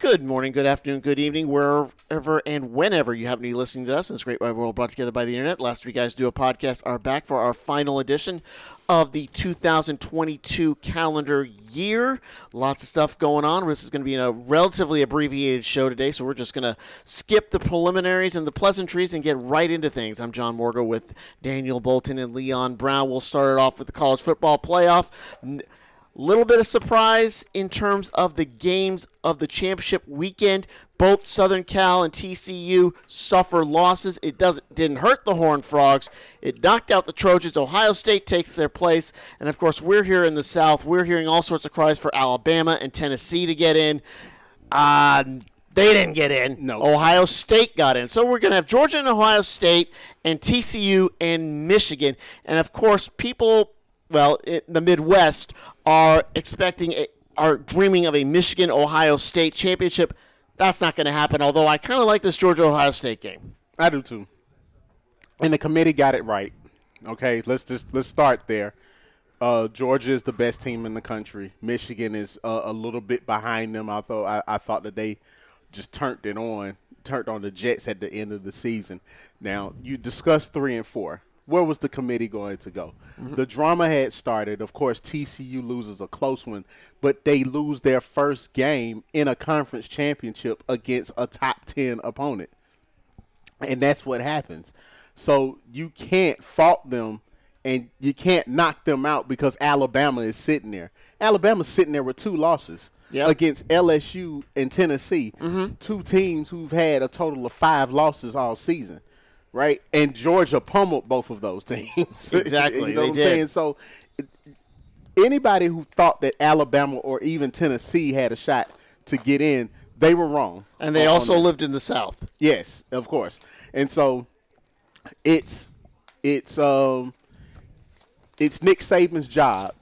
Good morning, good afternoon, good evening, wherever and whenever you happen to be listening to us. This great wide world brought together by the internet. Last week, guys do a podcast are back for our final edition of the 2022 calendar year. Lots of stuff going on. This is going to be a relatively abbreviated show today, so we're just going to skip the preliminaries and the pleasantries and get right into things. I'm John Morgo with Daniel Bolton and Leon Brown. We'll start it off with the college football playoff. N- Little bit of surprise in terms of the games of the championship weekend. Both Southern Cal and TCU suffer losses. It doesn't didn't hurt the Horned Frogs. It knocked out the Trojans. Ohio State takes their place, and of course, we're here in the South. We're hearing all sorts of cries for Alabama and Tennessee to get in. Uh, they didn't get in. No. Ohio State got in. So we're going to have Georgia and Ohio State and TCU and Michigan. And of course, people, well, in the Midwest are expecting, a, are dreaming of a Michigan Ohio State championship. That's not going to happen, although I kind of like this Georgia Ohio State game. I do too. And the committee got it right. Okay, let's just let's start there. Uh, Georgia is the best team in the country. Michigan is uh, a little bit behind them. I thought I, I thought that they just turned it on, turned on the Jets at the end of the season. Now you discussed three and four. Where was the committee going to go? The drama had started. Of course, TCU loses a close one, but they lose their first game in a conference championship against a top ten opponent and that's what happens. So you can't fault them, and you can't knock them out because Alabama is sitting there. Alabama's sitting there with two losses Yeah. against LSU and Tennessee, Mm-hmm. two teams who've had a total of five losses all season, right? And Georgia pummeled both of those teams. Exactly, you know they what I'm did. saying? So anybody who thought that Alabama or even Tennessee had a shot to get in, they were wrong. And they on- on also that. lived in the South. Yes, of course. And so it's it's um it's Nick Saban's job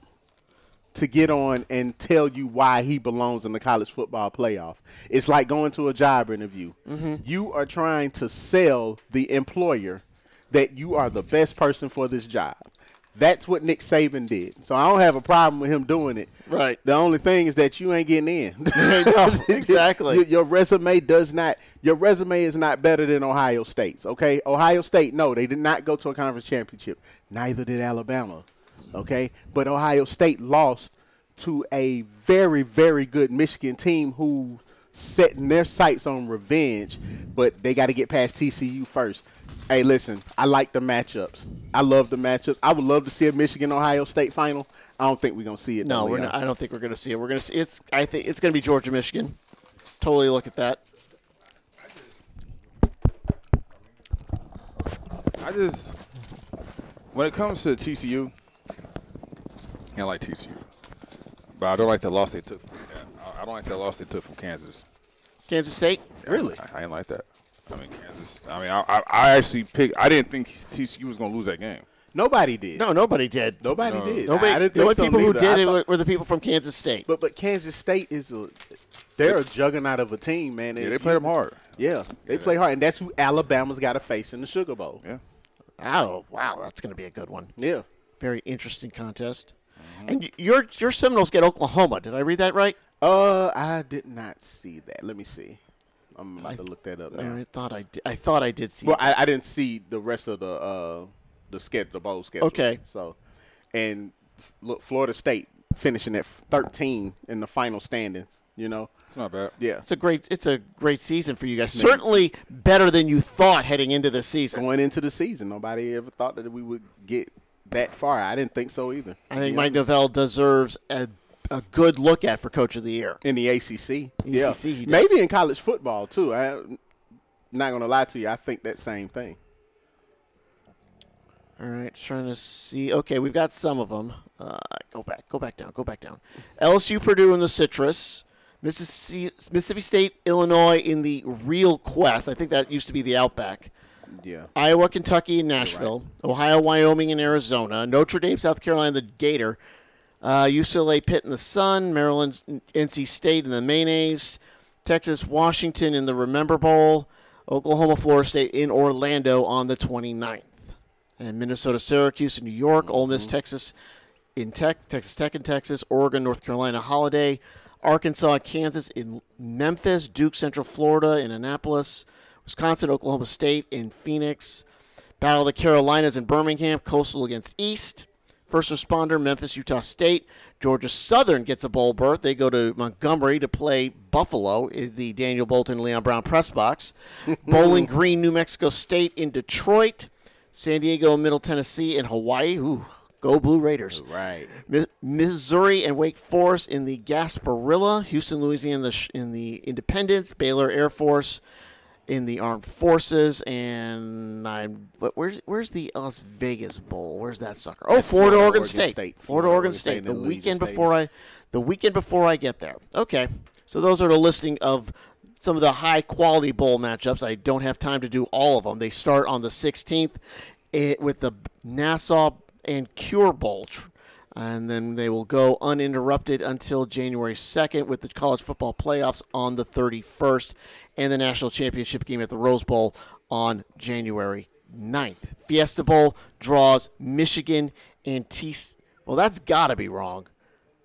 to get on and tell you why he belongs in the college football playoff. It's like going to a job interview. Mm-hmm. You are trying to sell the employer that you are the best person for this job. That's what Nick Saban did. So I don't have a problem with him doing it. Right. The only thing is that you ain't getting in. exactly. Your- your resume does not your resume is not better than Ohio State's, okay? Ohio State, no, they did not go to a conference championship. Neither did Alabama. Okay? But Ohio State lost to a very, very good Michigan team who setting their sights on revenge, but they gotta get past TCU first. Hey, listen, I like the matchups. I love the matchups. I would love to see a Michigan Ohio State final. I don't think we're gonna see it. No, though, we're y'all. not, Oh, I don't think we're going to see it. We're going to see it's. I think it's going to be Georgia, Michigan. Totally look at that. I just when it comes to TCU, I like TCU, but I don't like the loss they took. From, I- I don't like the loss they took from Kansas. Kansas State. Really? I, I didn't like that. I mean Kansas. I mean I, I, I actually picked. I didn't think TCU was gonna lose that game. Nobody did. No, nobody did. Nobody did. I Nobody. didn't The only think so people who neither. I did it thought- were, were the people from Kansas State. But but Kansas State is a they're a juggernaut of a team, man. Yeah, And they if played you- them hard. Yeah, they play hard, and that's who Alabama's got to face in the Sugar Bowl. Yeah. Oh, wow, that's going to be a good one. Yeah. Mm-hmm. Very interesting contest. And y- your your Seminoles get Oklahoma. Did I read that right? Uh, I did not see that. Let me see. I'm about to look that up now. I thought I did. I thought I did see. Well, it. I, I didn't see the rest of the uh the schedule, the bowl schedule. Okay. So, and f- look, Florida State finishing at 13 in the final standings. You know. It's not bad. Yeah. It's a great. It's a great season for you guys. Certainly better than you thought heading into the season. Going into the season, nobody ever thought that we would get that far. I didn't think so either. I think You Mike know? Novell deserves a, a good look at for Coach of the Year. in the ACC. yeah. ACC, he does. Maybe in college football too. I, am not gonna lie to you. I think that same thing. All right, trying to see. Okay, we've got some of them. Uh, go back, go back down, go back down. LSU, Purdue in the citrus. Mississippi, Mississippi State, Illinois in the real quest. I think that used to be the Outback. Yeah. Iowa, Kentucky, and Nashville. Ohio, Wyoming, and Arizona. Notre Dame, South Carolina, the Gator. Uh, UCLA, Pitt, in the Sun. Maryland's NC State in the Mayonnaise. Texas, Washington in the Remember Bowl. Oklahoma, Florida State in Orlando on the 29th. And Minnesota, Syracuse, in New York. Ole Miss, Texas in Tech, Texas Tech in Texas. Oregon, North Carolina, Holiday. Arkansas, Kansas, in Memphis, Duke, Central Florida, in Annapolis, Wisconsin, Oklahoma State, in Phoenix. Battle of the Carolinas in Birmingham, Coastal against East. First responder, Memphis, Utah State. Georgia Southern gets a bowl berth. They go to Montgomery to play Buffalo in the Daniel Bolton Leon Brown press box. Bowling Green, New Mexico State in Detroit. San Diego, Middle Tennessee, and Hawaii. Ooh, go Blue Raiders. Right. Mi- Missouri and Wake Forest in the Gasparilla, Houston, Louisiana in the, sh- in the Independence, Baylor Air Force in the Armed Forces, and I'm but where's where's the Las Vegas Bowl? Where's that sucker? Oh, Florida, Oregon, State. Florida, Oregon State. in The Allegiant weekend Stadium. before I, the weekend before I get there. Okay, so those are the listing of some of the high quality bowl matchups. I don't have time to do all of them. They start on the 16th eh, with the Nassau and Cure Bowl. tr- And then they will go uninterrupted until January 2nd with the college football playoffs on the 31st and the national championship game at the Rose Bowl on January 9th. Fiesta Bowl draws Michigan and TC. Well, that's got to be wrong.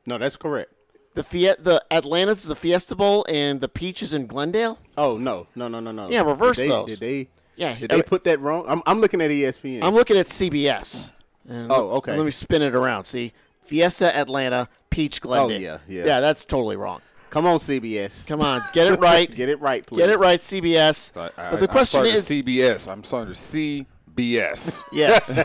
No, that's correct. The Fiat, the Atlanta's the Fiesta Bowl, and the Peach is in Glendale. Oh no, no, no, no, no. Yeah, reverse did they, those. Did they? Yeah, Did they every- put that wrong? I'm, I'm looking at E ESPN. I'm looking at CBS. And Oh, let- okay. Let me spin it around. See, Fiesta Atlanta, Peach Glendale. Oh, yeah, yeah. yeah. That's totally wrong. Come on, CBS. Come on, get it right. Get it right, please. Get it right, CBS. I- I- but the question I'm starting is, CBS. I'm starting to CBS. yes.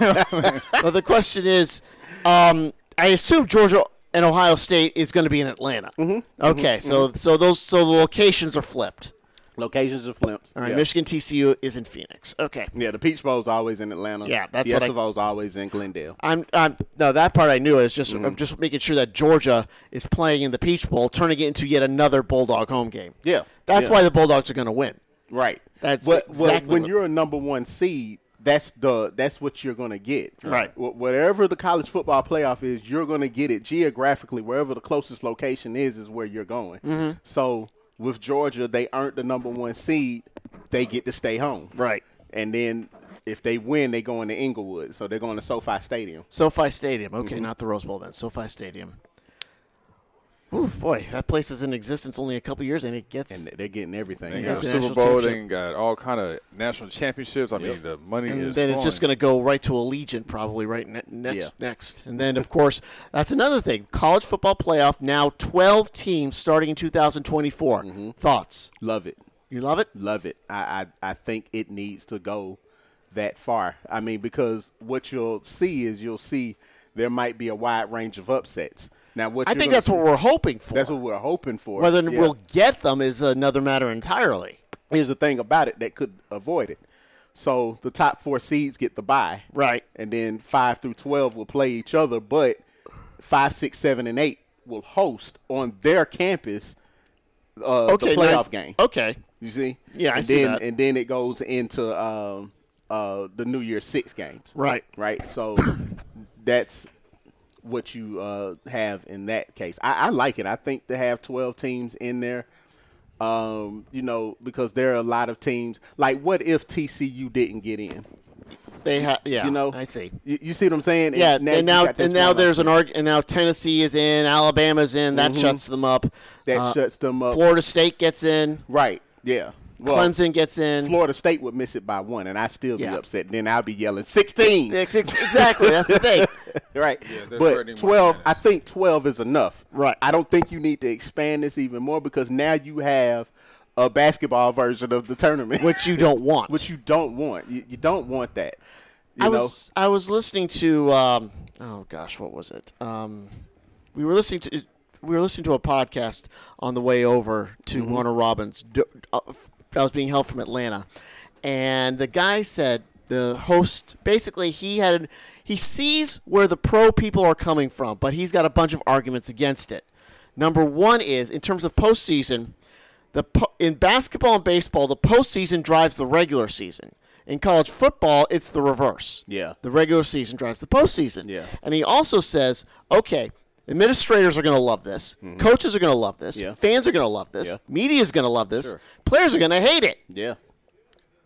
but the question is, um, I assume Georgia and Ohio State is going to be in Atlanta. Mm-hmm, Okay, so so those so the locations are flipped. Locations of flimps. All right, yeah. Michigan TCU is in Phoenix. Okay. Yeah, the Peach Bowl's always in Atlanta. Yeah, that's the what I- Fiesta Bowl's always in Glendale. I'm, I'm no that part I knew is just Mm. I'm just making sure that Georgia is playing in the Peach Bowl, turning it into yet another Bulldog home game. Yeah, that's yeah. why the Bulldogs are going to win. Right. That's what, exactly when what- you're a number one seed. That's the that's what you're gonna get. Right. Wh- whatever the college football playoff is, you're gonna get it geographically. Wherever the closest location is, is where you're going. Mm-hmm. So with Georgia, they aren't the number one seed. They get to stay home. Right. And then if they win, they go into Inglewood. So they're going to SoFi Stadium. SoFi Stadium. Okay, Mm-hmm. not the Rose Bowl then. SoFi Stadium. Ooh, boy, that place is in existence only a couple years, and it gets And they're getting everything. They got got the a national Super Bowl. They championship. ain't got all kind of national championships. I mean, the money and is. then it's just flowing. going to go right to Allegiant, probably right ne- next. Yeah. Next, and then of course that's another thing. College football playoff now twelve teams starting in 2024. Mm-hmm. Thoughts? Love it. You love it? Love it. I, I, I think it needs to go that far. I mean, because what you'll see is you'll see there might be a wide range of upsets. Now, what I you're think gonna that's what see- we're hoping for. that's what we're hoping for. Whether Yeah. we'll get them is another matter entirely. here's the thing about it that could avoid it. So the top four seeds get the bye, Right. And then five through twelve will play each other, but five, six, seven, and eight will host on their campus uh, Okay, the playoff now- game. Okay, You see? Yeah, I and see then, that. And then it goes into um, uh, the New Year's Six games. Right. Right. So that's what you uh, have in that case. I, I like it. I think to have 12 teams in there, um, you know, because there are a lot of teams. Like, what if TCU didn't get in? they have. Yeah, You know? Ah, I see. You, you see what I'm saying? Yeah, and, you now got this and now one there's like an arg- and now Tennessee is in, Alabama's in. That shuts them up. Mm-hmm. That Uh, shuts them up. Florida State gets in. right. Yeah. Well, Clemson gets in. Florida State would miss it by one, and I still be Yeah. upset. Then I'll be yelling, 16. Ex- ex- exactly. That's the thing. right. they're but threatening my 12, I minutes. think 12 is enough. Right. I don't think you need to expand this even more because now you have a basketball version of the tournament, Which you don't want. which you don't want. You, you don't want that. I You know? was I was listening to um, oh gosh, what was it? Um, we were listening to we were listening to a podcast on the way over to Mm-hmm. Warner Robins. D- uh, f- I was being held from Atlanta, and the guy said the host basically he had he sees where the pro people are coming from, but he's got a bunch of arguments against it. Number one is in terms of postseason. The po- in basketball and baseball, the postseason drives the regular season. In college football, it's the reverse. Yeah. the regular season drives the postseason. Yeah. and he also says, okay, administrators are going to love this, coaches are going to love this, Mm-hmm. Yeah. fans are going to love this, Yeah. media is going to love this, Sure. players are going to hate it. yeah.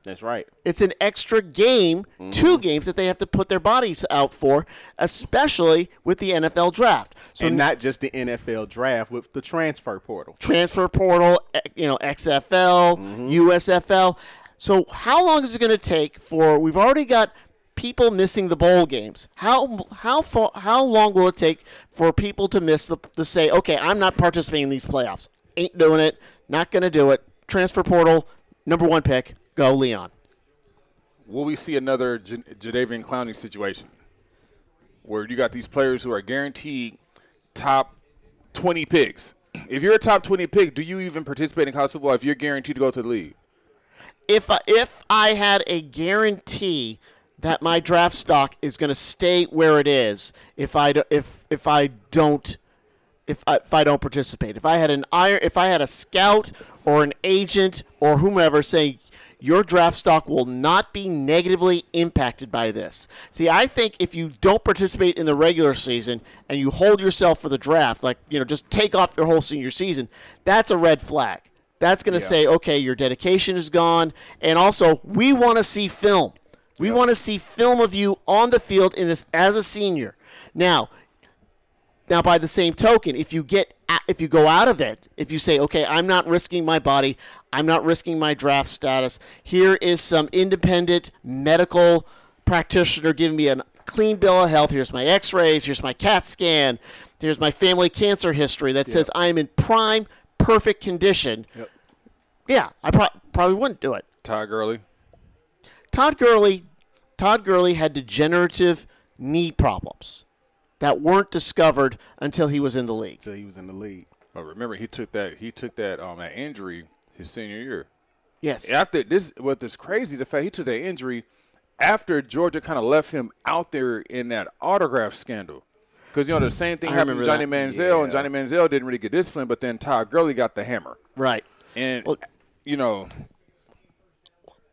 That's right. It's an extra game, Mm-hmm. two games that they have to put their bodies out for, especially with the NFL draft. So and not just the NFL draft with the transfer portal. transfer portal, eh, you know, XFL, USFL. So how long is it going to take for? We've already got people missing the bowl games. How how far, how long will it take for people to miss the to say, okay, I'm not participating in these playoffs. Ain't doing it. Not going to do it. Transfer portal, number one pick. Go Leon. will we see another J- Jadavian Clowney situation where you got these players who are guaranteed top 20 picks? If you're a top 20 pick, do you even participate in college football if you're guaranteed to go to the league? if I, if I had a guarantee that my draft stock is going to stay where it is if I do- if if I don't if I, if I don't participate if I had an iron if I had a scout or an agent or whomever saying your draft stock will not be negatively impacted by this. See, I think if you don't participate in the regular season and you hold yourself for the draft, like, you know, just take off your whole senior season, that's a red flag. That's going to Yeah. say, okay, your dedication is gone. And also, we want to see film. We want to see film of you on the field in this as a senior. Now, now by the same token, if you get a- if you go out of it, if you say, okay, I'm not risking my body, I'm not risking my draft status. Here is some independent medical practitioner giving me a clean bill of health. Here's my X-rays. Here's my CAT scan. Here's my family cancer history that says I am in prime, perfect condition. Yeah, I pro- probably wouldn't do it. Ty Gurley. Todd Gurley, Todd Gurley had degenerative knee problems that weren't discovered until he was in the league. So he was in the league. Oh, remember he took that he took that um that injury his senior year. Yes. After this, what is crazy the fact he took that injury after Georgia kind of left him out there in that autograph scandal. Because you know the same thing happened remember with Johnny that. Manziel, and Johnny Manziel didn't really get disciplined, but then Todd Gurley got the hammer, Right. and Well- you know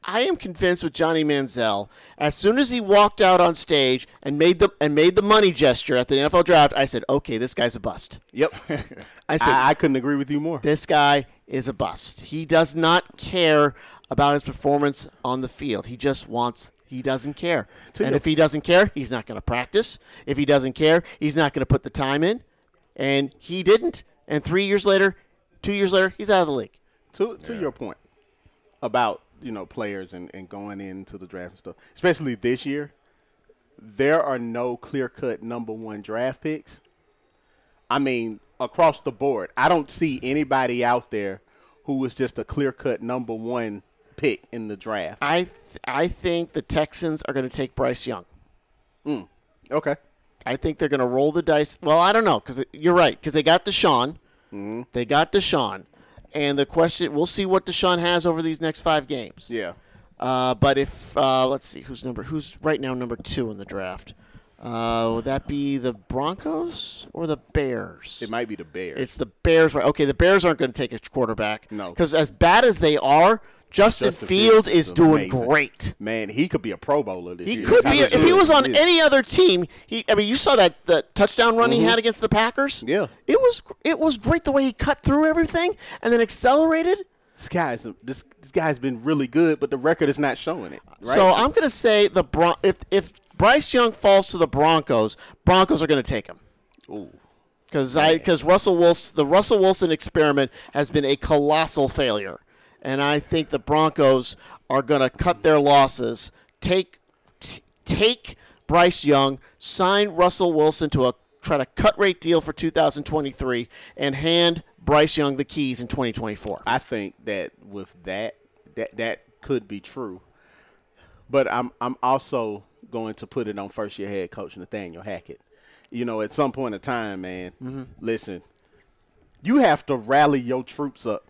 I am convinced with Johnny Manziel, as soon as he walked out on stage and made the and made the money gesture at the NFL draft, I said, "Okay, this guy's a bust." Yep. I said, I, I couldn't agree with you more. this guy is a bust. He does not care about his performance on the field. He just wants. He doesn't care. and if he doesn't care, he's not going to practice. If he doesn't care, he's not going to put the time in. And he didn't. And three years later, two years later, he's out of the league. to to your point about you know players and, and going into the draft and stuff, especially this year, there are no clear cut number one draft picks. I mean, across the board, I don't see anybody out there who was just a clear cut number one pick in the draft. I th- I think the Texans are going to take Bryce Young. Okay, I think they're going to roll the dice. Well, I don't know because you're right because they got Deshaun, Mm-hmm. they got Deshaun, and the question we'll see what Deshaun has over these next five games. yeah, Uh, but if uh, let's see who's number who's right now number two in the draft. Uh, would that be the Broncos or the Bears? it might be the Bears. It's the Bears, right? Okay, the Bears aren't going to take a quarterback. No. because as bad as they are, Justin, Justin Fields, is, doing amazing. great. Man, he could be a Pro Bowler this He year. could That's be how if he good was on is. any other team. He, I mean, you saw that the touchdown run he had against the Packers. Mm-hmm. Yeah. it was it was great the way he cut through everything and then accelerated. This guy's this this guy's been really good, but the record is not showing it. Right? So I'm going to say the Bron- if if Bryce Young falls to the Broncos, Broncos are going to take him. Ooh. because I because Russell Wilson the Russell Wilson experiment has been a colossal failure, and I think the Broncos are going to cut their losses, take t- take Bryce Young, sign Russell Wilson to a try to cut rate deal for 2023, and hand Bryce Young the keys in 2024. I think that with that, that that could be true. But I'm I'm also going to put it on first year head coach Nathaniel Hackett. You know, at some point in time, man, Mm-hmm. listen, you have to rally your troops up.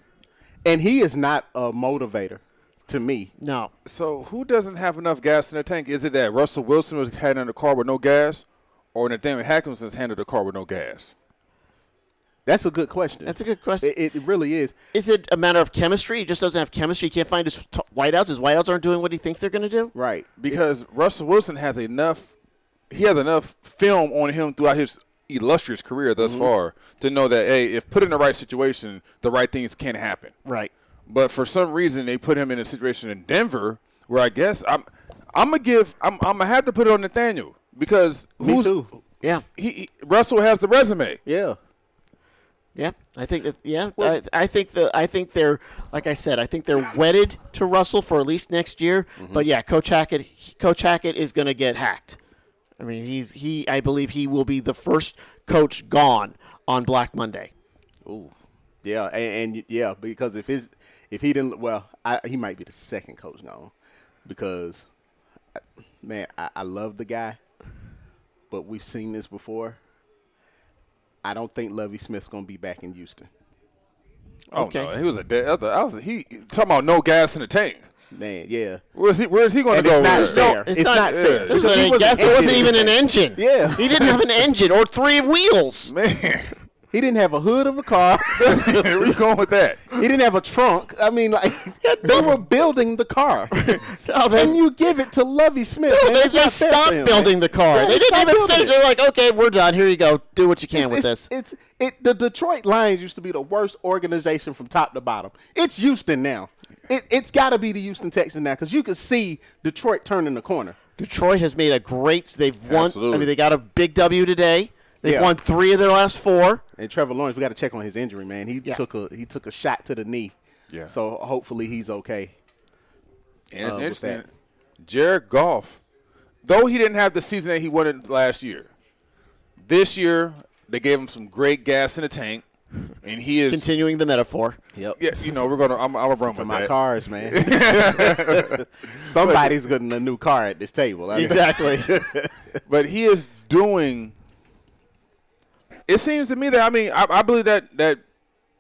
And he is not a motivator to me. no, so who doesn't have enough gas in their tank? Is it that Russell Wilson was handling the car with no gas, or Nathaniel Hackinson's handled the car with no gas? That's a good question. that's a good question. It, it really is. Is it a matter of chemistry? He just doesn't have chemistry. He can't find his t- whiteouts. His whiteouts aren't doing what he thinks they're going to do. Right. because Russell Wilson has enough he has enough film on him throughout his illustrious career thus far to know that hey, if put in the right situation, the right things can happen. Right. But for some reason they put him in a situation in Denver where I guess I'm I'm gonna give I'm I'm gonna have to put it on Nathaniel because Me who's too. Yeah, He, he Russell has the resume. Yeah. yeah. I think that, yeah. I, I think the I think they're like I said. I think they're wedded to Russell for at least next year. Mm-hmm. But yeah, Coach Hackett, Coach Hackett is going to get hacked. I mean, he's he. I believe he will be the first coach gone on Black Monday. Ooh. Yeah, and, and yeah, because if his if he didn't well, I, he might be the second coach gone because I- man, I, I love the guy, but we've seen this before. I don't think Lovey Smith's gonna be back in Houston. Oh Okay. no, he was a dead. I thought- I was he talking about no gas in the tank. Man, yeah, Where's he? Where's he going And to go? it's not with fair. that? It's not fair. It was Because an- he wasn't guess it wasn't getting even an anything. engine. Yeah. he didn't have an engine or three wheels. man, he didn't have a hood of a car. he where we going with that? didn't have a trunk. I mean, like they were building the car, Oh, they, and you give it to Lovey Smith. no, man, they, it's they not fair for stopped him. building the car. Yeah, they didn't stopped even building finish. it. They're like, okay, we're done. Here you go. Do what you can with it's, this. It's it. The Detroit Lions used to be the worst organization from top to bottom. It's Houston now. It, it's got to be the Houston Texans now because you can see Detroit turning the corner. Detroit has made a great. They've won. I Absolutely. mean, they got a big W today. They've Yeah. won three of their last four. And Trevor Lawrence, we got to check on his injury, man. He Yeah. took a he took a shot to the knee. Yeah. So hopefully he's okay. And it's uh, with interesting. Jared Goff, though he didn't have the season that he wanted last year, this year they gave him some great gas in the tank, and he is. Continuing the metaphor. Yep. yeah, you know we're gonna. I'm, I'm gonna run To with my that. cars, man. Somebody's getting a new car at this table. I mean, Exactly. But he is doing. It seems to me that I mean I, I believe that that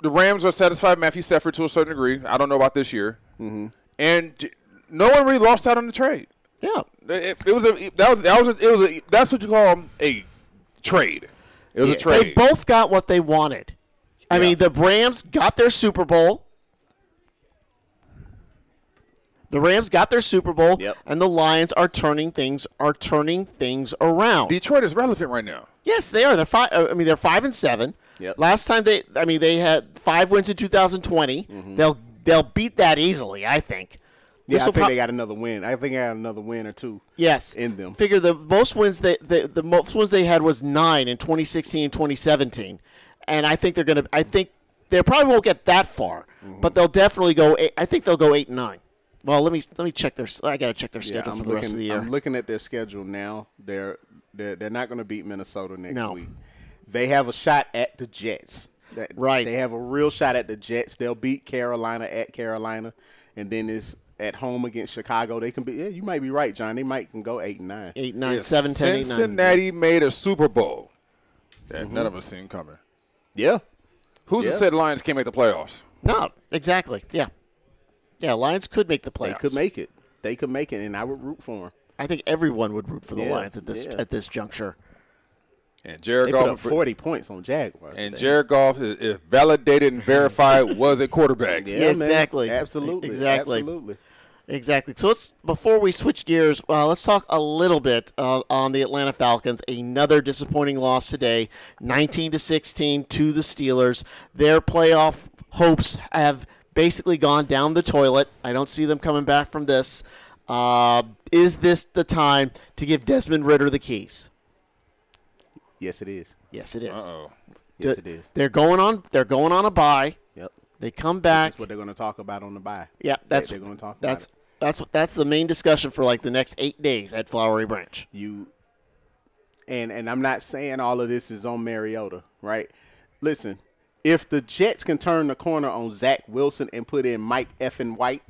the Rams are satisfied with Matthew Stafford to a certain degree. I don't know about this year, mm-hmm. and j- no one really lost out on the trade. yeah. It, it was a that was that was a, it was a, that's what you call a trade. It was a trade. They both got what they wanted. I mean, the Rams got their Super Bowl. The Rams got their Super Bowl, Yep. and the Lions are turning things are turning things around. Detroit is relevant right now. Yes, they are. They're five. uh, I mean, they're five and seven. Yep. Last time they, I mean, they had five wins in 2020. They'll they'll beat that easily, I think. Mm-hmm. yeah, I This'll think prob- they got another win. I think they got another win or two. yes in them. Figure the most wins they the, the most wins they had was nine in 2016 and 2017, and I think they're gonna. I think they probably won't get that far, Mm-hmm. but they'll definitely go. Eight, I think they'll go eight and nine. Well, let me let me check their. I gotta check their schedule for the looking, rest of the year. I'm looking at their schedule now. They're they're, they're not going to beat Minnesota next No. week. They have a shot at the Jets. That- Right. They have a real shot at the Jets. They'll beat Carolina at Carolina, and then it's at home against Chicago. They can be. Yeah, you might be right, John. They might can go eight and nine. eight nine seven ten eight nine. Cincinnati made a Super Bowl that none of us seen coming. Yeah. Who's Yeah. to say the Lions can't make the playoffs? No, exactly. Yeah, yeah. Lions could make the playoffs. They could make it. They could make it, and I would root for them. I think everyone would root for the Yeah, Lions at this yeah. at this juncture. And Jared They put up Goff forty points on Jaguars. and today. Jared Goff is, is validated and verified was a quarterback. Yeah, Yeah, man. exactly. Absolutely. Exactly. Absolutely. Exactly. So let's before we switch gears, uh, let's talk a little bit uh, on the Atlanta Falcons. Another disappointing loss today, nineteen to sixteen to the Steelers. Their playoff hopes have basically gone down the toilet. I don't see them coming back from this. Uh, is this the time to give Desmond Ritter the keys? Yes, it is. Yes, it is. Uh-oh. Yes, it D- is. They're going on. They're going on a bye. Yep. They come That's back. what they're going to talk about on the bye. Yeah, They- that's they're going to talk. about That's it. that's what that's the main discussion for like the next eight days at Flowery Branch. you and and I'm not saying all of this is on Mariota, right? Listen, if the Jets can turn the corner on Zach Wilson and put in Mike effing White,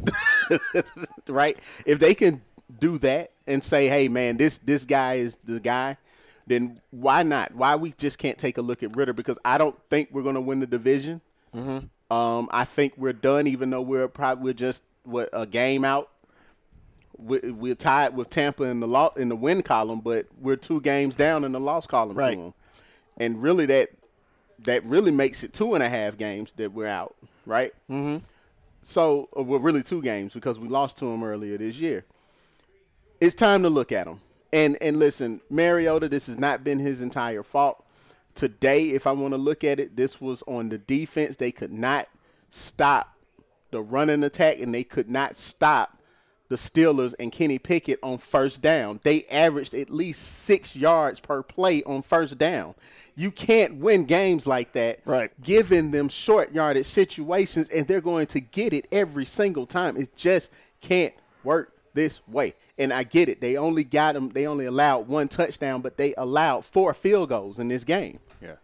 right? If they can do that and say, "Hey, man, this this guy is the guy," then why not? Why we just can't take a look at Ritter? Because I don't think we're going to win the division. Um, I think we're done, even though we're probably we're just what a game out we- we're tied with Tampa in the lo- in the win column, but we're two games down in the loss column Right. to 'em. And really, that that really makes it two and a half games that we're out, right? Mm-hmm. So, uh, well, really two games because we lost to them earlier this year. It's time to look at them. And and listen, Mariota, this has not been his entire fault. Today, if I want to look at it, this was on the defense. They could not stop the running attack, and they could not stop the the Steelers and Kenny Pickett on first down. They averaged at least six yards per play on first down. You can't win games like that, Right. giving them short yardage situations, and they're going to get it every single time. It just can't work this way. And I get it. They only got them. They only allowed one touchdown, but they allowed four field goals in this game. Yeah.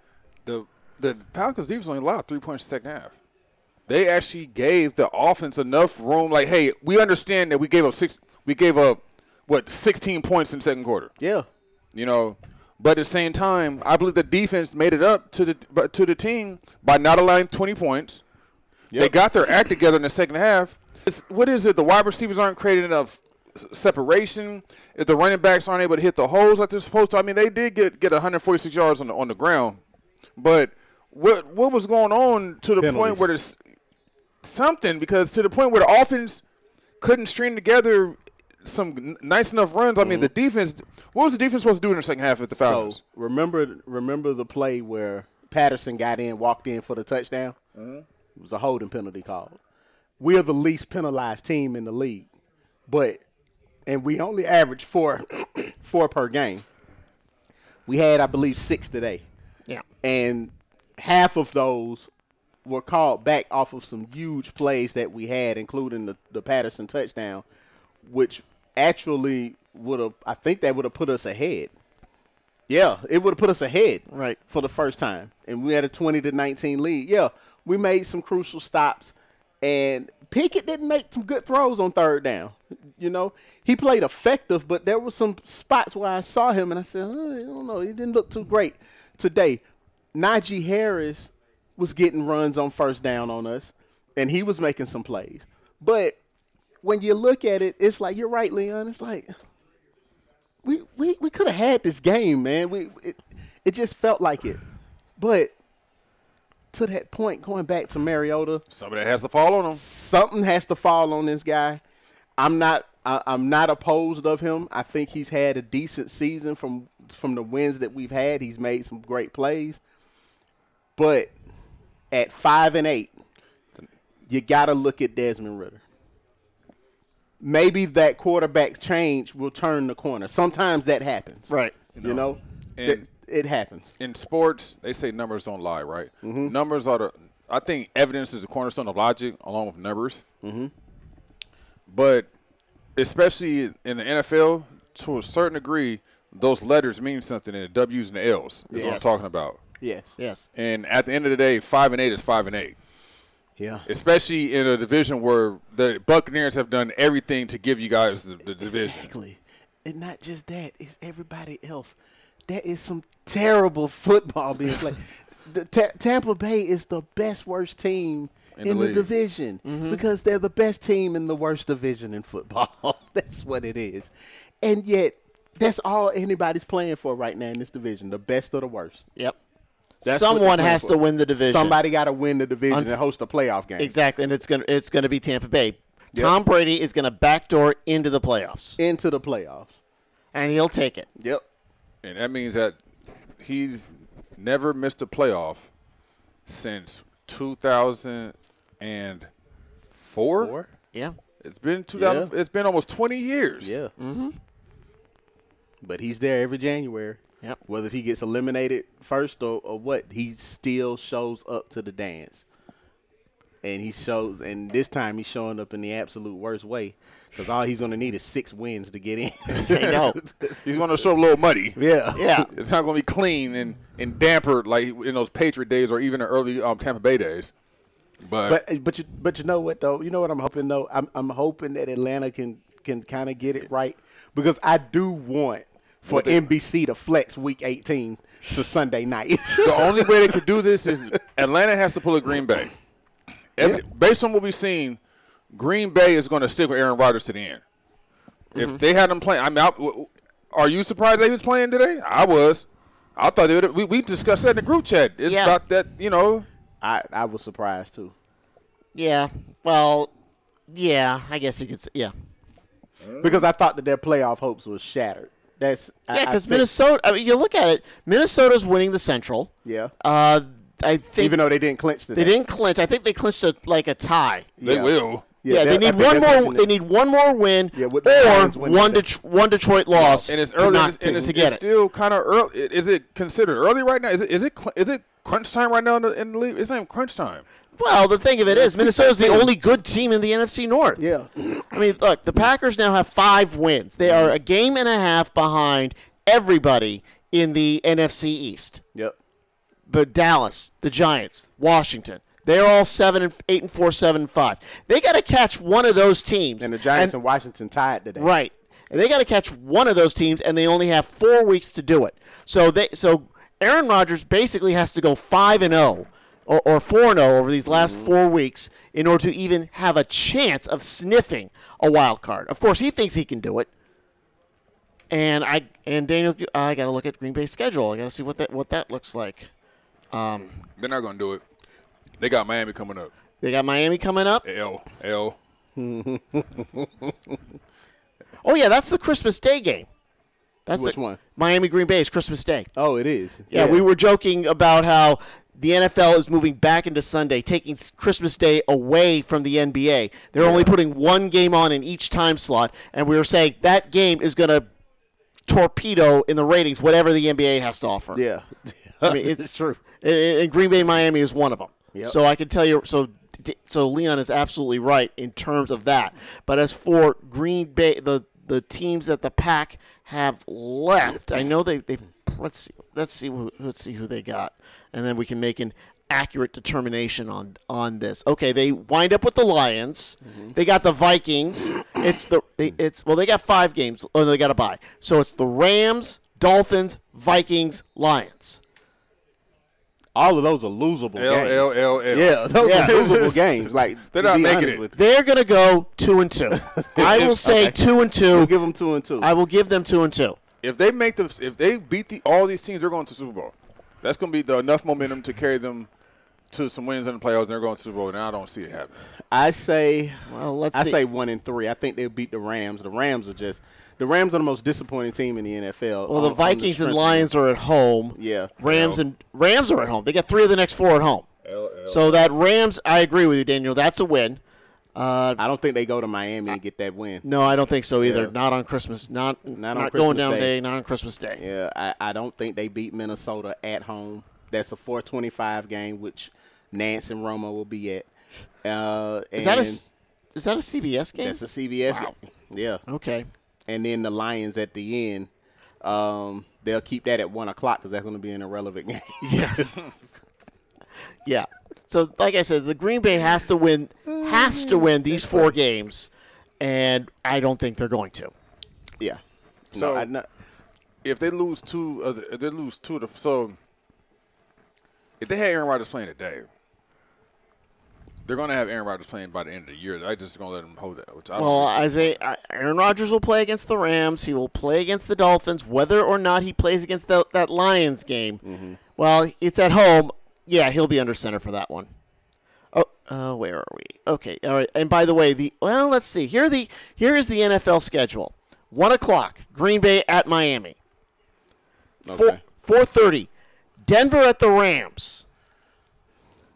The the Falcons defense only allowed three points in the second half. They actually gave the offense enough room. Like, hey, we understand that we gave up six. We gave up what sixteen points in the second quarter. Yeah. You know, but at the same time, I believe the defense made it up to the but to the team by not allowing twenty points. They Yep. got their act together in the second half. It's, what is it? The wide receivers aren't creating enough s- separation. If the running backs aren't able to hit the holes like they're supposed to, I mean, they did get, get 146 yards on the on the ground, but what what was going on to the point Penalties. where there's something because to the point where the offense couldn't string together some n- nice enough runs. I mean, the defense. What was the defense supposed to do in the second half at the Falcons? So remember, remember the play where Patterson got in, walked in for the touchdown. It was a holding penalty called. We're the least penalized team in the league, but and we only average four, four per game. We had, I believe, six today, Yeah. and half of those were called back off of some huge plays that we had, including the, the Patterson touchdown, which actually would have, I think that would have put us ahead. Yeah, it would have put us ahead. Right. For the first time. And we had a 20 to 19 lead. Yeah, we made some crucial stops. And Pickett didn't make some good throws on third down. You know, he played effective, but there were some spots where I saw him and I said, "Uh, I don't know, he didn't look too great today. Najee Harris was getting runs on first down on us, and he was making some plays. But when you look at it, it's like, you're right, Leon. It's like, we we, we could have had this game, man. We it, it just felt like it, but to that point, going back to Mariota, Some of that has to fall on them. something has to fall on this guy. I'm not I, I'm not opposed of him. I think he's had a decent season from from the wins that we've had. He's made some great plays, but at five and eight, you got to look at Desmond Ritter. Maybe that quarterback change will turn the corner. Sometimes that happens. Right. You know, And- Th- it happens. in sports, they say numbers don't lie, right? Numbers are the. I think evidence is the cornerstone of logic, along with numbers. Mm-hmm. But especially in the NFL, to a certain degree, those letters mean something, and the W's and the L's is what I'm Yes. talking about. Yes. Yes. And at the end of the day, five and eight is five and eight, Yeah. especially in a division where the Buccaneers have done everything to give you guys the, the division. Exactly. And not just that, it's everybody else. That is some terrible football being played. The Ta- Tampa Bay is the best worst team in, In the the, league. Mm-hmm. division because they're the best team in the worst division in football. that's what it is. And yet, that's all anybody's playing for right now in this division, the best of the worst. Yep. That's what Someone they're has to playing for. win the division. Somebody got to win the division and host a playoff game. Exactly, and it's gonna it's gonna be Tampa Bay. Tom Brady is gonna backdoor into the playoffs, Into the playoffs. and he'll take it. Yep. And that means that he's never missed a playoff since 2004. Or, Yeah, It's been 2000, Yeah. It's been almost 20 years. yeah. Mm-hmm. But he's there every January. Yep. Whether if he gets eliminated first or, or what, he still shows up to the dance. And he shows, and this time he's showing up in the absolute worst way, because all he's gonna need is six wins to get in. I know. He's going to show a little muddy. yeah, Yeah, It's not going to be clean and, and dampered like in those Patriot days or even the early um, Tampa Bay days. But, But but you but you know what though? You know what I'm hoping though? I'm I'm hoping that Atlanta can can kind of get it right because I do want for What they- NBC to flex Week 18 to Sunday night. the only way they could do this is Atlanta has to pull a Green Bay. Every- Based on what we've seen, Green Bay is going to stick with Aaron Rodgers to the end. Mm-hmm. If they had him playing, I mean, I, w- w- are you surprised they was playing today? I was. I thought they would. We, we discussed that in the group chat. It's Yeah. about that, you know. I I was surprised too. yeah. Well, yeah. I guess you could. Say, yeah, because I thought that their playoff hopes was shattered. That's I- yeah. I Because think- Minnesota. I mean, you look at it. Minnesota's winning the Central. Yeah. Uh, I think even though they didn't clinch today. they didn't clinch. I think they clinched a, like a tie. They Yeah. will. Yeah, that- they I need think one that's more. what They you need one more win, Yeah, with the or Lions winning one today. Det- one Detroit loss, and it's to early, not- and it's, to get it's it. still kind of early. Is it considered early right now? Is it is it cl- is it crunch time right now in the, in the league? It's not even crunch time. Well, the thing of it is, Minnesota's the only good team in the NFC North. Yeah. I mean, look, the Packers now have five wins. They are a game and a half behind everybody in the NFC East. Yep. But Dallas, the Giants, Washington, they're all seven and eight and four, seven and five. They got to catch one of those teams. And the Giants and, Washington tied today. Right. And they got to catch one of those teams, and they only have four weeks to do it. So they so Aaron Rodgers basically has to go five and zero or or four and zero over these last Mm-hmm. four weeks in order to even have a chance of sniffing a wild card. Of course, he thinks he can do it. And I and Daniel, I got to look at Green Bay's schedule. I got to see what that what that looks like. They're not going to do it. They got Miami coming up. They got Miami coming up. L L. Oh yeah, that's the Christmas Day game. That's Which the- one? Miami Green Bay is Christmas Day. Oh, it is. Yeah, we were joking about how the NFL is moving back into Sunday, taking s- Christmas Day away from the NBA. They're only putting one game on in each time slot, and we were saying that game is going to torpedo in the ratings whatever the NBA has to offer. Yeah. I mean, it's true. And, and Green Bay, Miami is one of them. Yep. So I can tell you. So so Leon is absolutely right in terms of that. But as for Green Bay, the the teams that the pack have left, I know they they let's see let's see who, let's see who they got, and then we can make an accurate determination on on this. Okay, they wind up with the Lions. They got the Vikings. It's the they, it's well they got five games. Oh, no, they got a bye. So it's the Rams, Dolphins, Vikings, Lions. All of those are losable games. L L L. Yeah, those Yeah. are losable games. Like They're to not be making honest it. With you. They're gonna go two and two. I will say two and We'll two. give them two and two. I will give them two and two. If they make the if they beat the all these teams, they're going to Super Bowl. That's going to be the enough momentum to carry them to some wins in the playoffs. and They're going to Super Bowl, and I don't see it happening. I say, Well, let's I see. say one and three. I think they'll beat the Rams. The Rams are just the Rams are the most disappointing team in the NFL. Well, the on- on Vikings and strength- Lions are at home. Yeah. Rams and Rams are at home. They got three of the next four at home. So that Rams, I agree with you, Daniel. That's a win. I don't think they go to Miami and get that win. No, I don't think so either. Yeah. Not on Christmas. Not not, Not on going Christmas down Day. day. Not on Christmas Day. Yeah, I, I don't think they beat Minnesota at home. That's a 425 game, which Nance and Roma will be at. Uh, Is and that a s- is that a CBS game? that's a CBS Wow. game. Yeah. okay. and then the Lions at the end. Um, they'll keep that at one o'clock because that's going to be an irrelevant game. Yes. yeah. So, like I said, the Green Bay has to win, has to win these four games, and I don't think they're going to. yeah. So- So I know. If they lose two, of the- if they lose two, of the, so if they had Aaron Rodgers playing today, they're going to have Aaron Rodgers playing by the end of the year. I just going to let them hold that. Which I don't Well, think- Isaiah, I- Aaron Rodgers will play against the Rams. He will play against the Dolphins, whether or not he plays against the, that Lions game. Well, it's at home. Yeah, he'll be under center for that one. Oh, uh, where are we? Okay, all right. And by the way, the well, let's see. Here the here is the NFL schedule. One o'clock, Green Bay at Miami. Four Okay. four thirty, Denver at the Rams.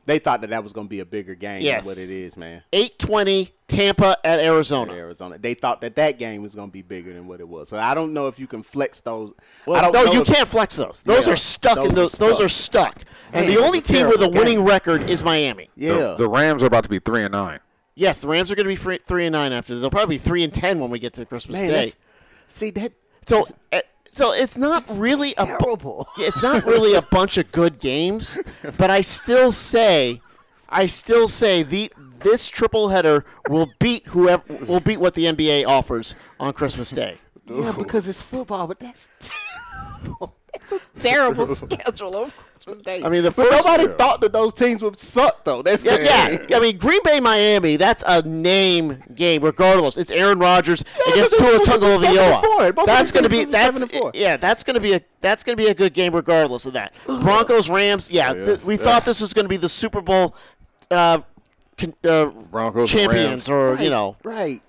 They thought that that was going to be a bigger game Yes. than what it is, man. Eight twenty, Tampa at for Arizona. Arizona. They thought that that game was going to be bigger than what it was. So I don't know if you can flex those. I Well, don't no, know you if- can't flex those. Those Yeah, are stuck. in those, those those are are stuck. And the only that's a team with a terrible winning game. record is Miami. Yeah. Rams are about to be three and nine. Yes, the Rams are going to be free, three and nine after. They'll probably be three and ten when we get to Christmas man, Day. that's- see that? So, uh, so it's not really a bu- terrible. Yeah, it's not really a bunch of good games, but I still say, I still say the this triple header will beat whoever will beat what the NBA offers on Christmas Day. Yeah, because it's football, but that's terrible schedule of Christmas Day. I mean, the but first nobody thought that those teams would suck though. That's Yeah, the- yeah. I mean, Green Bay, Miami. That's a name game, regardless. It's Aaron Rodgers against Tua it's- it's seven to four. Tagovailoa. Both of That's these going to be teams are that's seven to four. yeah. That's going to be a that's going to be a good game, regardless of that. Broncos, Rams. Yeah, Oh, th- we thought this was going to be the Super Bowl uh, con- uh, Broncos and champions, Rams. or Right, you know, right?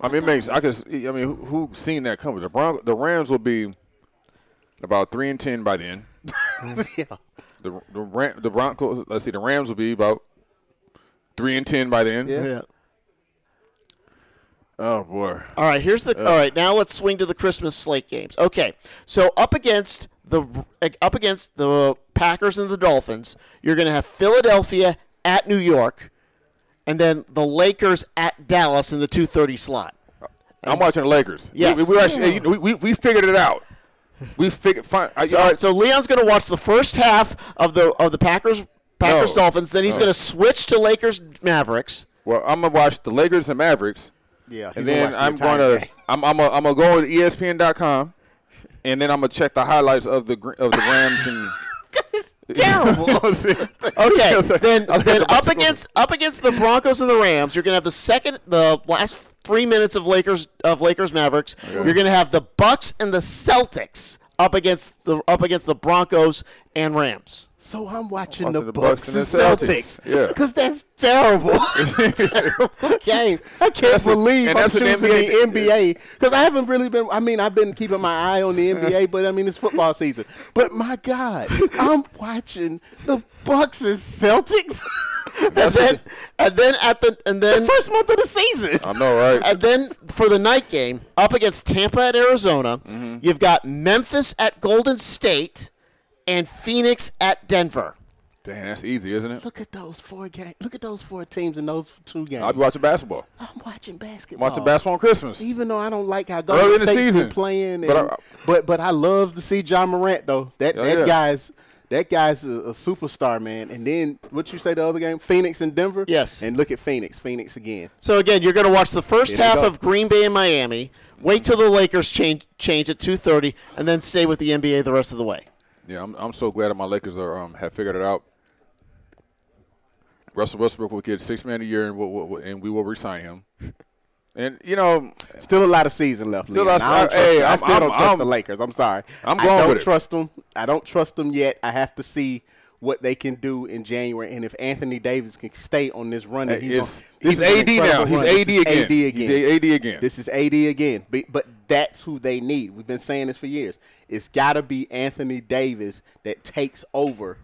I mean, it makes. I could. I mean, who, who seen that coming? The Bron- the Rams will be about three and ten by then. yeah. The the, Ram, the Broncos. Let's see. The Rams will be about Three and ten by then. Yeah. Yeah. Oh boy. All right, here's the. all right, now let's swing to the Christmas slate games. Okay, so up against the up against the Packers and the Dolphins, you're going to have Philadelphia at New York, and then the Lakers at Dallas in the 2:30 slot. I'm watching the Lakers. We- Yes. We, we, actually, hey, you- we, we, we figured it out. We figured. Fine. I, All right, so Leon's going to watch the first half of the of the Packers Packers No. Dolphins, then he's No. going to switch to Lakers Mavericks. well, I'm gonna watch the Lakers and Mavericks. Yeah, he's gonna And then watch the I'm entire gonna game. I'm I'm gonna, I'm gonna go E on ESPN.com, and then I'm gonna check the highlights of the Gr- of the Rams and. Terrible. Okay, then then up against up against the Broncos and the Rams, you're gonna have the second, the last three minutes of Lakers of Lakers Mavericks. You're gonna have the Bucks and the Celtics up against the up against the Broncos and Rams. So I'm watching Watching the, Bucks and Celtics. Yeah. Because that's terrible. It's a terrible game. I can't That's a- believe and I'm that's an choosing NBA the NBA. Because I haven't really been, I mean, I've been keeping my eye on the NBA, but I mean, it's football season. But my God, I'm watching the Bucks and Celtics And then, and then at the and then first month of the season. I know, right? And then for the night game, up against Tampa at Arizona, you've got Memphis at Golden State and Phoenix at Denver. Damn, that's easy, isn't it? Look at those four games. Look at those four teams in those two games. I'll be watching basketball. I'm watching basketball. Watching basketball on Christmas. Even though I don't like how Early in Golden the State's season. been playing, and, But but, I- but I love to see John Morant though. That Oh, that yeah. guy's that guy's a, a superstar, man. And then what you say the other game, Phoenix and Denver. Yes. And look at Phoenix, Phoenix again. So again, you're going to watch the first Here we half go. of Green Bay and Miami. Wait till the Lakers change change at 2:30, and then stay with the NBA the rest of the way. Yeah, I'm, I'm so glad that my Lakers are um have figured it out. Russell Westbrook will get six man a year, and we'll, we'll, we'll- and we will resign him. And you know, Still a lot of season left. Still a Leon. lot of- I, don't trust hey, them. I I'm- still I'm- don't trust I'm- the Lakers. I'm sorry. I'm I going don't with it. trust them. I don't trust them yet. I have to see what they can do in January, and if Anthony Davis can stay on this run, that Hey, he's it's- on- this he's is an AD now. incredible He's run. This AD is again. He's AD again. This is AD again. But, but that's who they need. We've been saying this for years. It's got to be Anthony Davis that takes over,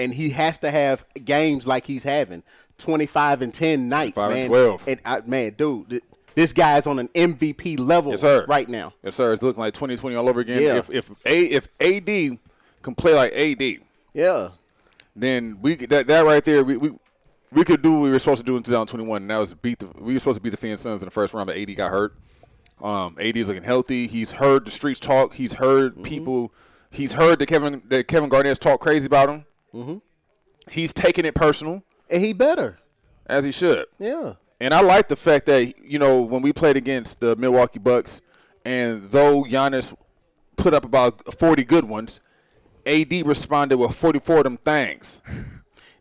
and he has to have games like he's having 25 and 10 nights, 25 and man. 12. And I, man, dude, th- this guy's on an MVP level yes, sir. right now. yes, sir. It's looking like 2020 all over again. Yeah. If if a if AD can play like AD, Yeah. then we could- that that right there we. we we could do what we were supposed to do in 2021, and that was beat the. We were supposed to beat the Phoenix Suns in the first round, but AD got hurt. Um, AD is looking healthy. He's heard the streets talk. He's heard people. He's heard that Kevin that Kevin Garnett's talk crazy about him. He's taking it personal And he better. as he should. Yeah. And I like the fact that you know when we played against the Milwaukee Bucks, and though Giannis put up about forty good ones, AD responded with forty-four of them things.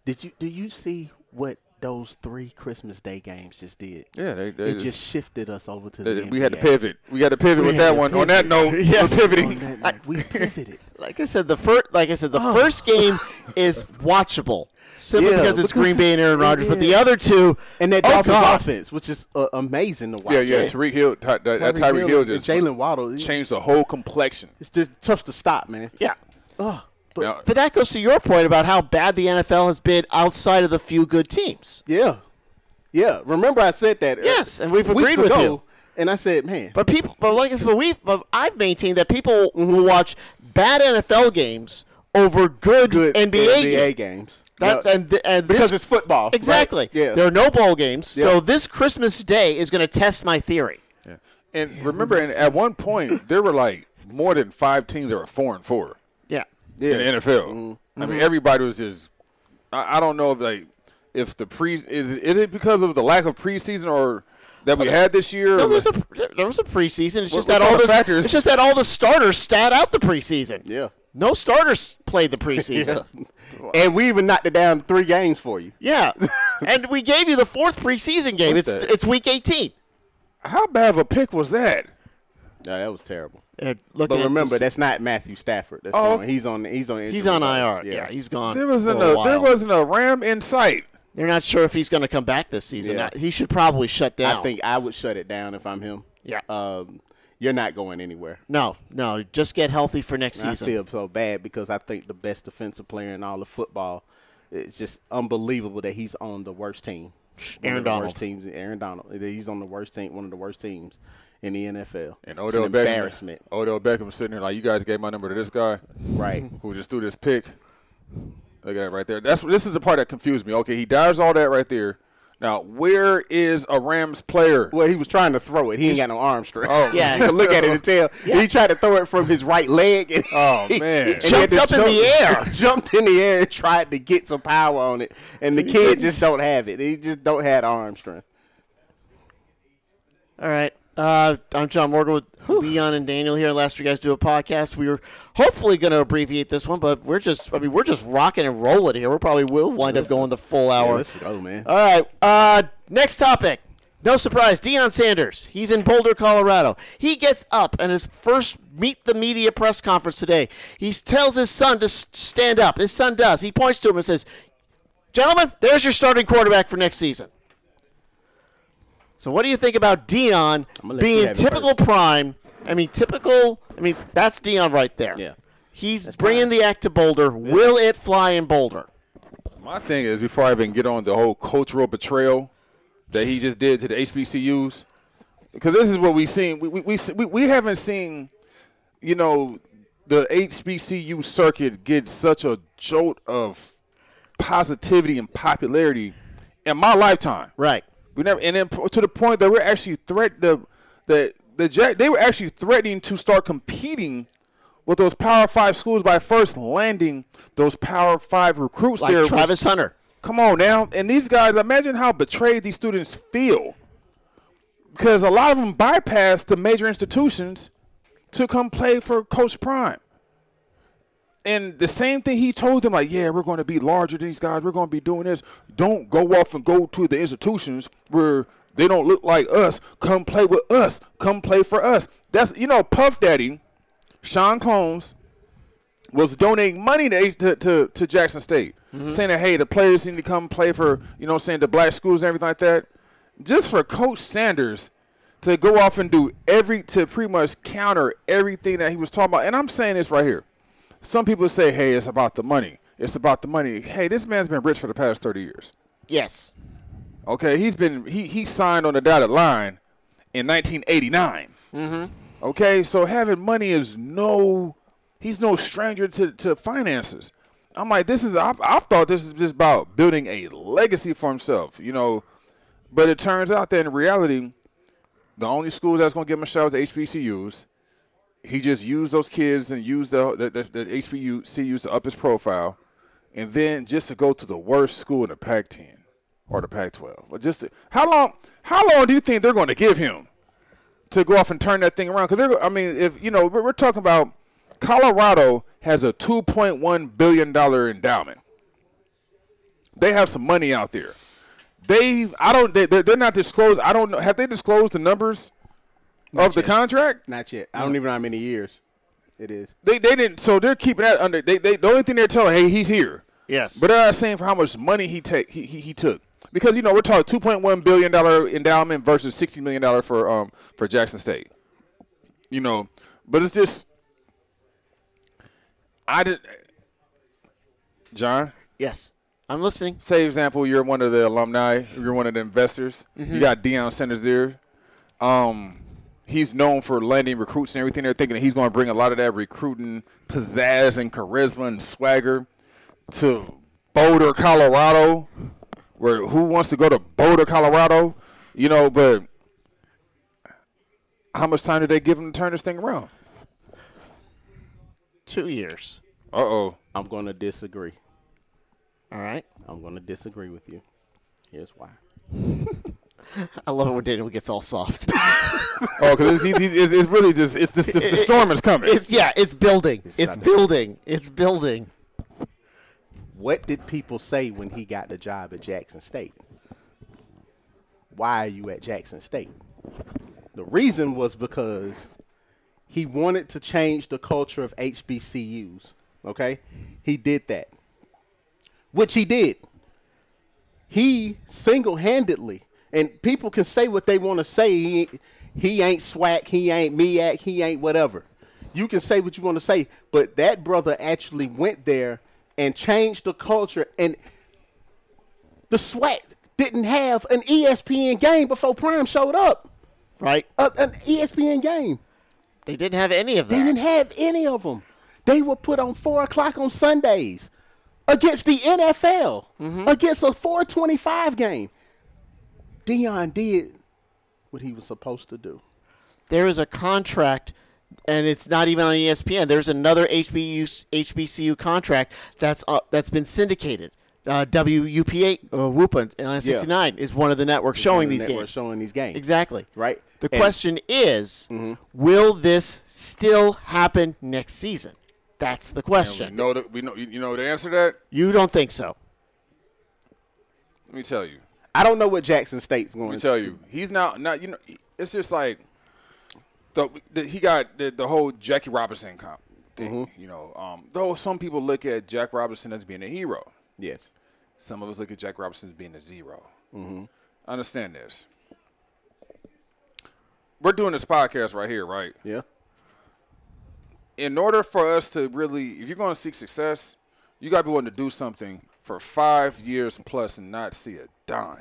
Did you do you see what those three Christmas Day games just did? Yeah, they- they it just- just, shifted us over to the Uh, We had to NBA. pivot. We had to pivot We with had that to one. On that pivot. note, Yes. we're On pivoting. that night, we pivoted. Like I said, the first like I said, the first game is watchable simply Oh. Yeah, because it's because Green Bay and Aaron it- it Rodgers. But the is. other two, And that oh, Dolphins God. offense, which is uh, amazing to watch. Yeah, yeah. Tariq Hill, Ty, that that Tyreek Tyreek Hill and just Jalen Waddle. It's- changed the whole complexion. It's just tough to stop, man. yeah. Ugh, but Now, But that goes to your point about how bad the NFL has been outside of the few good teams. yeah, yeah. Remember, I said that. uh, Yes, and we've weeks agreed with ago, you. And I said, man, But people, but like but we, but I've maintained that people Mm-hmm. will watch bad NFL games over good, good NBA, games. games. That's Yeah. and th- and because this- it's football. right? Exactly. Yeah. There are no bowl games, Yeah. so this Christmas Day is going to test my theory. Yeah. And remember, and at one point there were like more than five teams that were four and four Yeah. yeah. in the NFL. I mean, everybody was just. I, I don't know if like if the pre is is it because of the lack of preseason or that we had this year. No, or- there's a there was a preseason. It's just What- that what's all all the the factors? it's just that all the starters stat out the preseason. Yeah. No starters played the preseason. and we even knocked it down three games for you. yeah. and we gave you the fourth preseason game. What's it's that? it's week 18. how bad of a pick was that? No, that was terrible. And looking But at remember, this- that's not Matthew Stafford. That's Oh, oh, okay. he's on. He's on. he's injury on IR. reserve. Yeah, he's gone. There wasn't for a a there while. wasn't a Ram in sight. They're not sure if he's going to come back this season. Yeah. He should probably shut down. I think I would shut it down if I'm him. Yeah. Um, you're not going anywhere. No, no, just get healthy for next And I season. feel so bad because I think the best defensive player in all of football. It's just unbelievable that he's on the worst team. One Aaron of the Donald. Worst teams. Aaron Donald. He's on the worst team. One of the worst teams in the NFL. It's And Odell an Beckham, embarrassment. Odell Beckham sitting there like, you guys gave my number to this guy Right. who just threw this pick. Look at that right there. That's this is the part that confused me. Okay, he dives all that right there. Now, where is a Rams player? Well, he was trying to throw it. He ain't got no arm strength. Oh. Yeah. you can look at it and tell. He tried to throw it from his right leg. And Oh, man. he had Jumped to up in the air. jumped in the air and tried to get some power on it, and the kid just don't have it. He just don't have arm strength. All right. Uh, I'm John Morgan with Leon and Daniel here. Last week, guys do a podcast. We were hopefully going to abbreviate this one, but we're just, I mean, we're just rocking and rolling here. We probably will wind up going the full hour. let's go, man. All right. Uh, next topic. No surprise, Deion Sanders. He's in Boulder, Colorado. He gets up and his first meet the media press conference today. He tells his son to s- stand up. His son does. He points to him and says, "Gentlemen, there's your starting quarterback for next season." So, what do you think about Dion gonna let you being have it typical first. prime? I mean, typical. I mean, that's Dion right there. Yeah. He's bringing the act to Boulder. Will it fly in Boulder? My thing is before I even get on the whole cultural betrayal that he just did to the HBCUs, because this is what we've seen. We we, we we we haven't seen, you know, the HBCU circuit get such a jolt of positivity and popularity in my lifetime. Right. We never, and then p- to the point that we're actually threat the the the Jack, they were actually threatening to start competing with those Power Five schools by first landing those Power Five recruits Like there. which- Travis Hunter. Come on now. And these guys, imagine how betrayed these students feel. Because a lot of them bypass the major institutions to come play for Coach Prime. And the same thing he told them, like, yeah, we're going to be larger than these guys. We're going to be doing this. Don't go off and go to the institutions where they don't look like us. Come play with us. Come play for us. That's, you know, Puff Daddy, Sean Combs, was donating money to to, to, to Jackson State, saying that hey, the players need to come play for you know, what I'm saying the black schools and everything like that, just for Coach Sanders to go off and do every to pretty much counter everything that he was talking about. And I'm saying this right here. Some people say, hey, it's about the money. It's about the money. Hey, this man's been rich for the past 30 years. Yes. Okay, he's been he he signed on the dotted line in 1989. Mm-hmm. Okay, so having money is no he's no stranger to to finances. I'm like this is I've, I've thought this is just about building a legacy for himself, you know, but it turns out that in reality, the only schools that's gonna give him a shot is the HBCUs. He just used those kids and used the the, the, the HBCUs to up his profile, and then just to go to the worst school in the Pac-10 or the Pac-12. Or just to, how long? How long do you think they're going to give him to go off and turn that thing around? Because they're. go- I mean, if you know, we're, we're talking about Colorado has a 2.1 billion dollar endowment. They have some money out there. They, I don't. They, they're they're not disclosed. I don't know. Have they disclosed the numbers of the yet. contract? Not yet. I don't even know how many years it is. They they didn't. So they're keeping that under. They, they the only thing they're telling, hey, he's here. Yes. But they're not saying for how much money he take he, he, he took because you know we're talking two point one billion dollar endowment versus sixty million dollar for um for Jackson State. You know, but it's just I did. John, Yes. I'm listening. say example, you're one of the alumni, you're one of the investors. You got Deion Sanders there. Um, he's known for landing recruits and everything. They're thinking that he's going to bring a lot of that recruiting pizzazz and charisma and swagger to Boulder, Colorado. Where who wants to go to Boulder, Colorado? You know, but how much time did they give him to turn this thing around? Two years. Uh oh. I'm going to disagree. All right. I'm going to disagree with you. Here's why. I love it when Daniel gets all soft. Oh, because it's, it's, it's- it's really just it's just, the storm is coming. it's yeah. It's building. It's, not- building. It's building. What did people say when he got the job at Jackson State? Why are you at Jackson State? The reason was because he wanted to change the culture of HBCUs. Okay? He did that, which he did. He single handedly, and people can say what they want to say. He, he ain't swag, he ain't MEAC, he ain't whatever. You can say what you want to say, but that brother actually went there and changed the culture and the swag didn't have an E ESPN game before Prime showed up. right? A- an E ESPN game. They didn't have any of They that. didn't have any of them. They were put on four o'clock on Sundays against the NFL, Mm-hmm. against a four twenty-five game. Dion did what he was supposed to do. There is a contract, and it's not even on E ESPN. There's another HBU, HBCU contract that's uh, that's been syndicated. Uh, WUPA, uh, WUPA, Atlanta 69 is one of the networks showing The these network games. showing these games. Exactly. Right. The And- question is, will this still happen next season? That's the We question. know that we know. You know the answer to that. You don't think so? Let me tell you. I don't know what Jackson State's going Let me to tell you. He's not. Not you know. It's just like the, the he got the, the whole Jackie Robinson comp thing. You know, um, though some people look at Jack Robinson as being a hero. Yes. Some of us look at Jack Robinson as being a 0 Understand this. We're doing this podcast right here, right? Yeah. In order for us to really, if you're going to seek success, you got to be willing to do something for five years plus and not see a dime.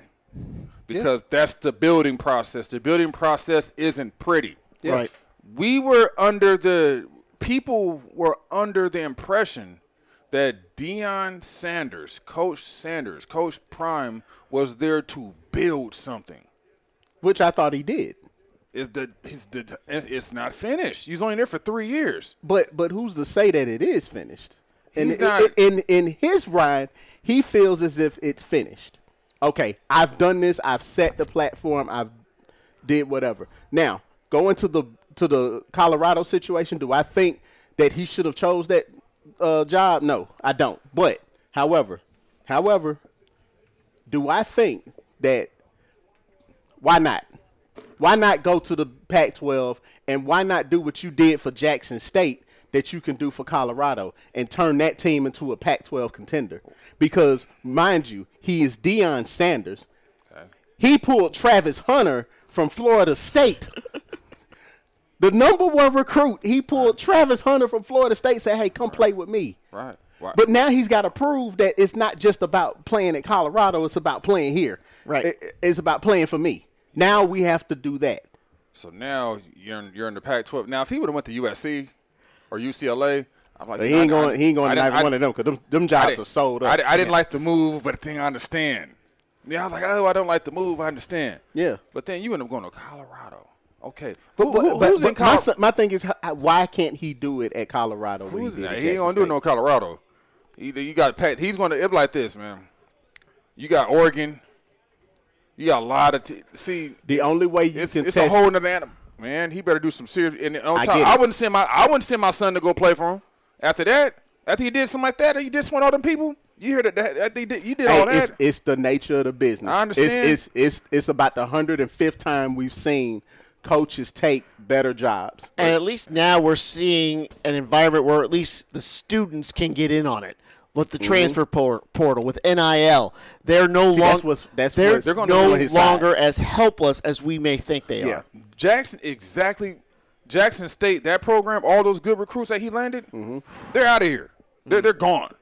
Because that's the building process. The building process isn't pretty. Yeah. Right. We were under the, people were under the impression that Deion Sanders, Coach Sanders, Coach Prime was there to build something Which I thought he did. is the he's the it's not finished. He's only there for three years. But but who's to say that it is finished? In, He's not- in in his ride, he feels as if it's finished. Okay, I've done this. I've set the platform. I've did whatever. Now going to the to the Colorado situation. Do I think that he should have chose that uh, job? No, I don't. But however, however, do I think that why not? Why not go to the Pac 12 and why not do what you did for Jackson State that you can do for Colorado and turn that team into a Pac 12 contender? Because, mind you, he is Deion Sanders. He pulled Travis Hunter from Florida State. the number one recruit, he pulled Travis Hunter from Florida State, said, hey, come play with me. Right. Why- But now he's got to prove that it's not just about playing at Colorado; it's about playing here. Right. It- it's about playing for me. Now we have to do that. So now you're in, you're in the Pac-12. Now if he would have went to USC or UCLA, I'm like But he ain't I- I- going. He ain't going I to didn't- neither I- one of them because them, them I jobs didn't- are sold up. I, di- I didn't like the move, but the thing I understand. Yeah, I was like, oh, I don't like the move. I understand. Yeah. But then you end up going to Colorado. Okay. But, Who- but- who- but- who's in but my, Col- son- my thing is, h- why can't he do it at Colorado? what Who's he, did nah, at he ain't gonna Jackson do it State? no Colorado. Either you got Pat. He's gonna it like this, man. You got Oregon. You got a lot of t- see. The only way you It's, can it's a test. whole nother animal, man. He better do some serious. And on I top, get I it. wouldn't send my I wouldn't send my son to go play for him. After that, after he did something like that, he disappointed all them people. You hear that? that, that he did, you did Hey, all that. it's, it's the nature of the business. I understand. It's, it's, it's, it's about the 105th time we've seen coaches take better jobs. And at least now we're seeing an environment where at least the students can get in on it with the transfer por- portal, with NIL. They're no Mm-hmm. See, that's longer what's- that's they're, what's- They're gonna no be on his longer as helpless as we may think they Yeah. are. Jackson exactly. Jackson State, that program, all those good recruits that he landed, Mm-hmm. they're out of here. They're, they're gone.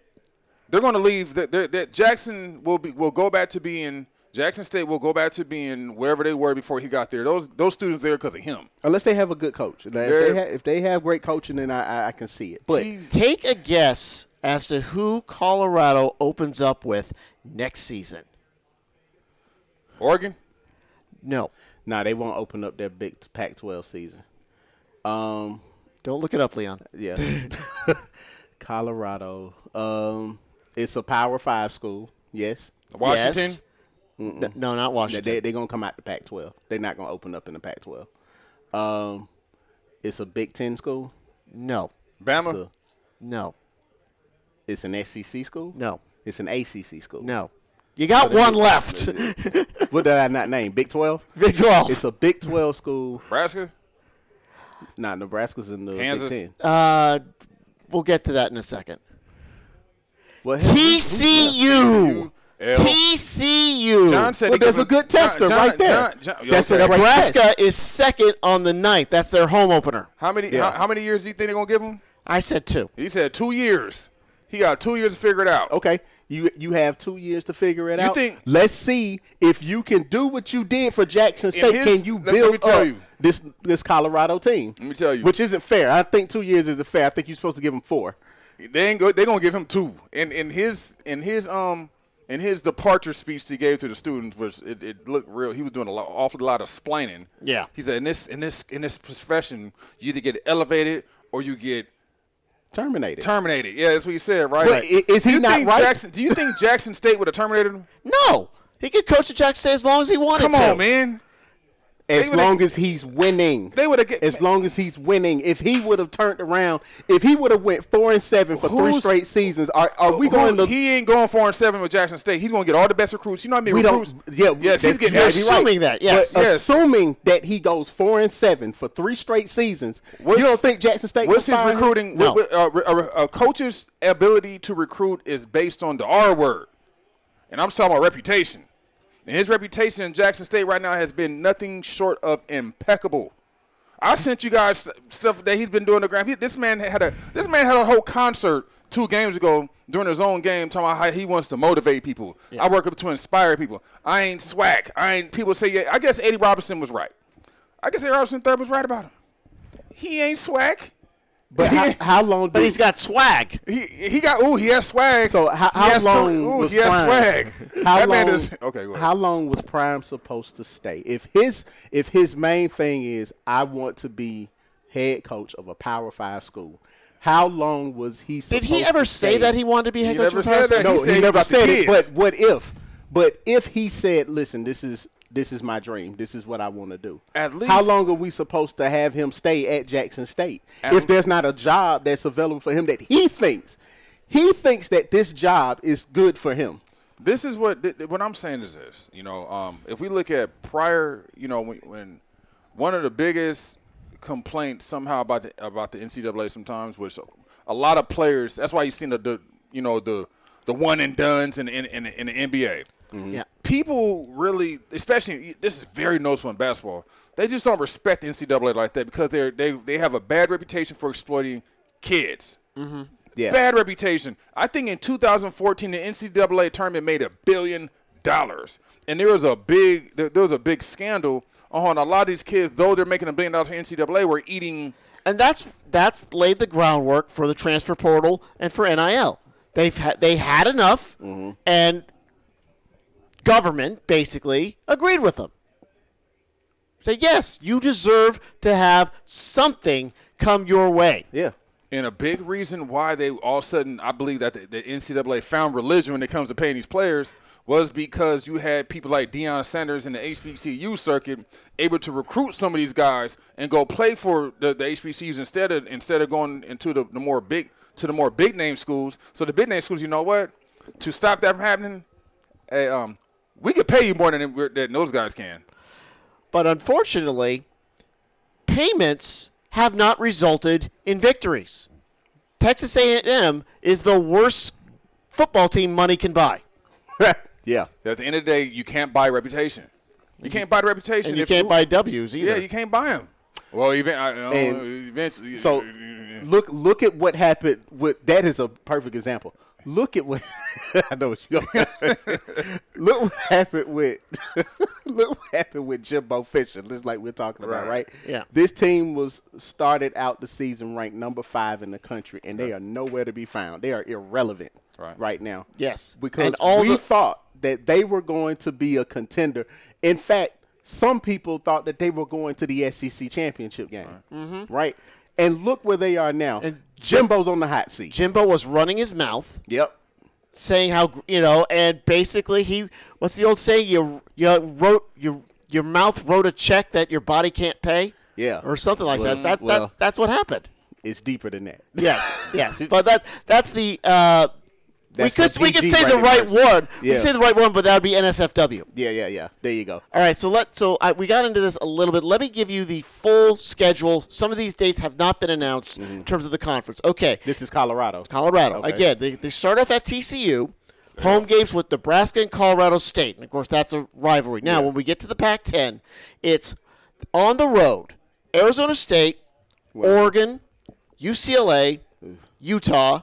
They're going to leave. That that- that Jackson will be will go back to being Jackson State will go back to being wherever they were before he got there. Those those students there because of him. Unless they have a good coach. Now, if, They're- they have, if they have great coaching, then I, I, I can see it. But He's- Take a guess as to who Colorado opens up with next season. Oregon, No, nah, they won't open up their big Pac-12 season. Um, don't look it up, Leon. yeah, Colorado. Um, it's a Power Five school. Yes, Washington. Yes. N- No, not they, Washington. they, they're gonna come out the Pac-12. They're not gonna open up in the Pac-12. Um, it's a Big Ten school. No, Bama. It's, a- no, it's an SEC school. no, it's an ACC school. no. You got one left. What did I not name? Big Twelve. Big Twelve. It's a Big Twelve school. Nebraska. Nah, Nebraska's in the Kansas. Big Ten. Uh, we'll get to that in a second. Well, hell, who- TCU. L. TCU. John said Well, he there's give a good John- tester John- right there. John- John- That's okay. a great Nebraska is second on the ninth. That's their home opener. How many Yeah. how, how many years do you think they're gonna give him? I said two. He said two years. He got two years to figure it out. Okay, You you have two years to figure it You out. think- Let's see if you can do what you did for Jackson State. his- can you let- let build me tell up you. this this Colorado team? Let me tell you. which isn't fair. I think two years isn't fair. I think you're supposed to give them four. They ain't go, they gonna give him two. And in his in his um in his departure speech he gave to the students was it, it looked real. He was doing a lot, awful lot of splaining. Yeah. He said in this in this in this profession you either get elevated or you get Terminated. terminated. Yeah, that's what he said, right? But i- is he do you not think right? Jackson, do you think Jackson State would have terminated him? No, he could coach at Jackson State as long as he wanted. Come to. on, man. as they would've- long as he's winning. They would have get as long as he's winning, if he would have turned around, if he would have went four and seven for three Who's- straight seasons, are, are we Who- going to? he ain't going four and seven with Jackson State. He's gonna get all the best recruits. You know what I mean? we recruits. don't. Yeah. Yes, that's- he's getting you might be assuming that, yes. But Yes. Assuming that he goes four and seven for three straight seasons, What's- you don't think Jackson State? What's will his fire him? recruiting? No. what- what- uh, a, a coach's ability to recruit is based on the R word, and I'm talking about reputation. And his reputation in Jackson State right now has been nothing short of impeccable. I sent you guys st- stuff that he's been doing the ground. He, this man had a this man had a whole concert two games ago during his own game talking about how he wants to motivate people. I work up to inspire people. I ain't swag. I ain't people say yeah, I guess Eddie Robinson was right. I guess Eddie Robinson third was right about him. He ain't swag. But how, how long? But do- he's got swag. He he got ooh he has swag. So how, he how has long Ooh, was he has Prime? swag. How that long? man is okay. Go ahead. how long was Prime supposed to stay? If his if his main thing is I want to be head coach of a Power Five school, how long was he? Did Supposed he ever to say stay? that he wanted to be head Oh, He coach? never of said Paris? that. No, He he, said he never was the said it. kids. But what if? But if he said, "Listen, this is this is my dream. This is what I want to do." At how least- long are we supposed to have him stay at Jackson State if there's not a job that's available for him that he thinks he thinks that this job is good for him? this is what th- th- what I'm saying is this. You know, um, if we look at prior, you know, when, when one of the biggest complaints somehow about the, about the NCAA sometimes was a lot of players. That's why you seen the, the you know the the one and duns in in, in, in the NBA. Mm-hmm. Yeah. People really, especially this is very noticeable in basketball. They just don't respect the NCAA like that because they are they they have a bad reputation for exploiting kids Yeah. bad reputation. I think in 2014, the NCAA tournament made a billion dollars, and there was a big there, there was a big scandal on a lot of these kids. Though they're making a billion dollars for NCAA, were eating. and that's that's laid the groundwork for the transfer portal and for NIL. They've ha- they had enough, Mm-hmm. and government basically agreed with them. Say yes, you deserve to have something come your way. Yeah. And a big reason why they all of a sudden, I believe that the, the NCAA found religion when it comes to paying these players was because you had people like Deion Sanders in the HBCU circuit able to recruit some of these guys and go play for the, the HBCUs instead of instead of going into the, the more big to the more big name schools. So the big name schools, you know what? To stop that from happening, hey, um, we could pay you more than, we're- than those guys can. But unfortunately, payments have not resulted in victories. Texas A&M is the worst football team money can buy. Yeah. At the end of the day, you can't buy reputation. You can't buy the reputation. And you if can't buy W's either. Yeah, you can't buy him. Well, even I, uh, And eventually. So look look at what happened. What that is a perfect example. Look at what I know what you look what happened with look what happened with Jimbo Fisher. Just like we're talking about, right? Right. Yeah. This team was started out the season ranked number five in the country, and they are nowhere to be found. They are irrelevant Right. now. Yes. because And all we the- thought that they were going to be a contender. In fact, some people thought that they were going to the SEC championship game, Mm-hmm. right? And look where they are now. And- Jimbo's on the hot seat. Jimbo was running his mouth, yep. saying how you know, and basically he what's the old saying? You you wrote your your mouth wrote a check that your body can't pay. Yeah. or something like Well, that. That's well. that's that's what happened. It's deeper than that. Yes, yes, but that that's the. Uh, That's we could the we could PG say the rated right version. one. We Yeah. could say the right one, but that would be NSFW. Yeah, yeah, yeah. There you go. All right, so let so I, we got into this a little bit. Let me give you the full schedule. Some of these dates have not been announced Mm-hmm. in terms of the conference. Okay, This is Colorado. Colorado. Okay. Again, they, they start off at TCU, home games with Nebraska and Colorado State. And of course, that's a rivalry. Now, when we get to the Pac 10, it's on the road Arizona State, Oregon, UCLA, Utah,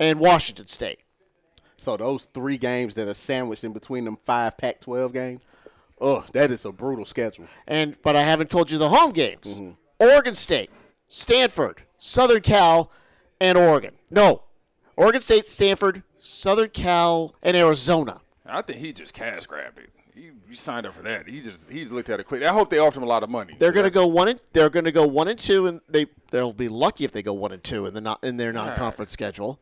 and Washington State. So those three games that are sandwiched in between them five Pac-12 games, oh, that is a brutal schedule. and but I haven't told you the home games: Oregon State, Stanford, Southern Cal, and Oregon. No, Oregon State, Stanford, Southern Cal, and Arizona. I think he just cash grabbed it. He, he signed up for that. He just he's looked at it quick. I hope they offered him a lot of money. They're going to go one. And, they're going to go one and two, and they they'll be lucky if they go one and two in the not in their non-conference schedule.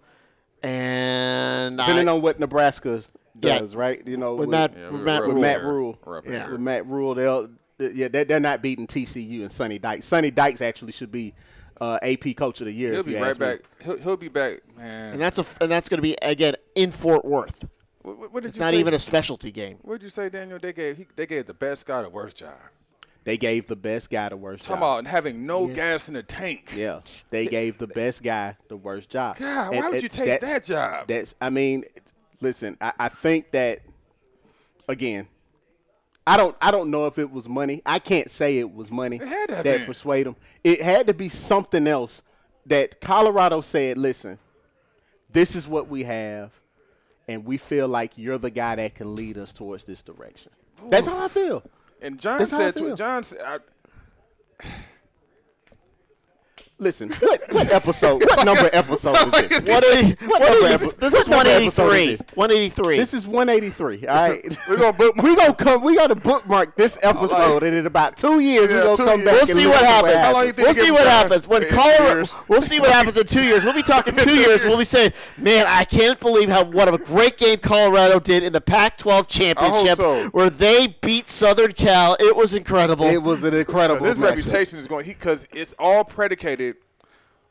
And Depending I, on what Nebraska Yeah. does, right? You know, With Matt- Yeah, with we were Matt up with Rule. Matt there. Rule, We're up Yeah. there. with Matt Rule, they'll yeah, they're, they're not beating TCU and Sonny Dykes. Sonny Dykes actually should be uh, AP Coach of the Year. He'll if you be ask right me. back. He'll, he'll be back, man. and that's a and that's going to be again in Fort Worth. what, what- what did It's you not say? even a specialty game. What'd you say, Daniel? They gave he, they gave the best guy the worst job. They gave the best guy the worst Talking job. about having no gas in the tank. Yeah, they gave the best guy the worst job. God, why would you take that's- that job? That's. I mean, listen. I, I think that again. I don't. I don't know if it was money. I can't say it was money had to have that been. persuade them. It had to be something else that Colorado said. Listen, this is what we have, and we feel like you're the guy that can lead us towards this direction. That's how I feel. And John That's how I said feel. to John said, I, Listen, what, what episode? What number episode is this? What a, what number a- epi- this is what one number eighty episode three. is this? One eighty three. This is 183. All right, We're gonna book- we gonna come. We gotta bookmark this episode, and in about two years, Yeah, we gonna two come years. back. We'll and see look what at happens. you think we'll it see gets what done? happens when In two Colorado. years. We'll see what happens in two years. We'll be talking two years. We'll be saying, "Man, I can't believe how what a great game Colorado did in the Pac-12 championship, Oh, so. where they beat Southern Cal. It was incredible." It was an incredible. his matchup. reputation is going because it's all predicated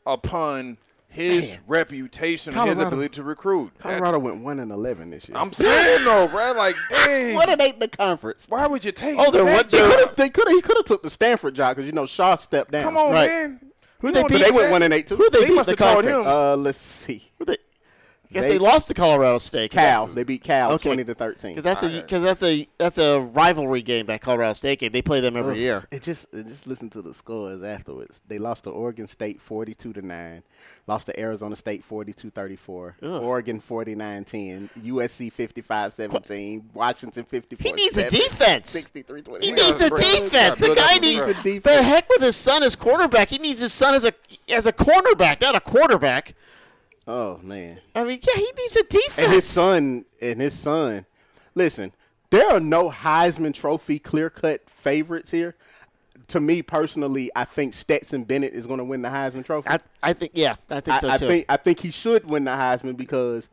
upon his reputation, and his Colorado. ability to recruit. Colorado went one and eleven this year. I'm saying though, bro. Like, dang, what it ain't the conference. why would you take? Oh, they're that what They they're- job? could they could have he could have took the Stanford job because you know Shaw stepped down. Come on, Right. man. Who You they don't beat? They think went that- one and eight too. Who they, They beat in must the have told conference? him. Uh, let's see. Who they- I guess they, They- lost to Colorado State. Cal. They beat Cal Okay. twenty to thirteen. because that's a because that's a that's a rivalry game. That Colorado State game. They play them every year. It just it just listen to the scores afterwards. They lost to Oregon State 42 to 9, lost to Arizona State 42-34, Oregon 49-10, USC 55-17, Washington 54. He needs a defense. 63 He We needs gotta a bring this defense. guy, The build up guy the needs defense. He needs a The defense. heck with his son as quarterback. He needs his son as a as a cornerback, not a quarterback. Oh man. I mean, yeah, he needs a defense. And his son and his son. Listen, there are no Heisman trophy clear-cut favorites here. To me personally, I think Stetson Bennett is going to win the Heisman trophy. I, I think, yeah, I think I, so I too. think I think he should win the Heisman because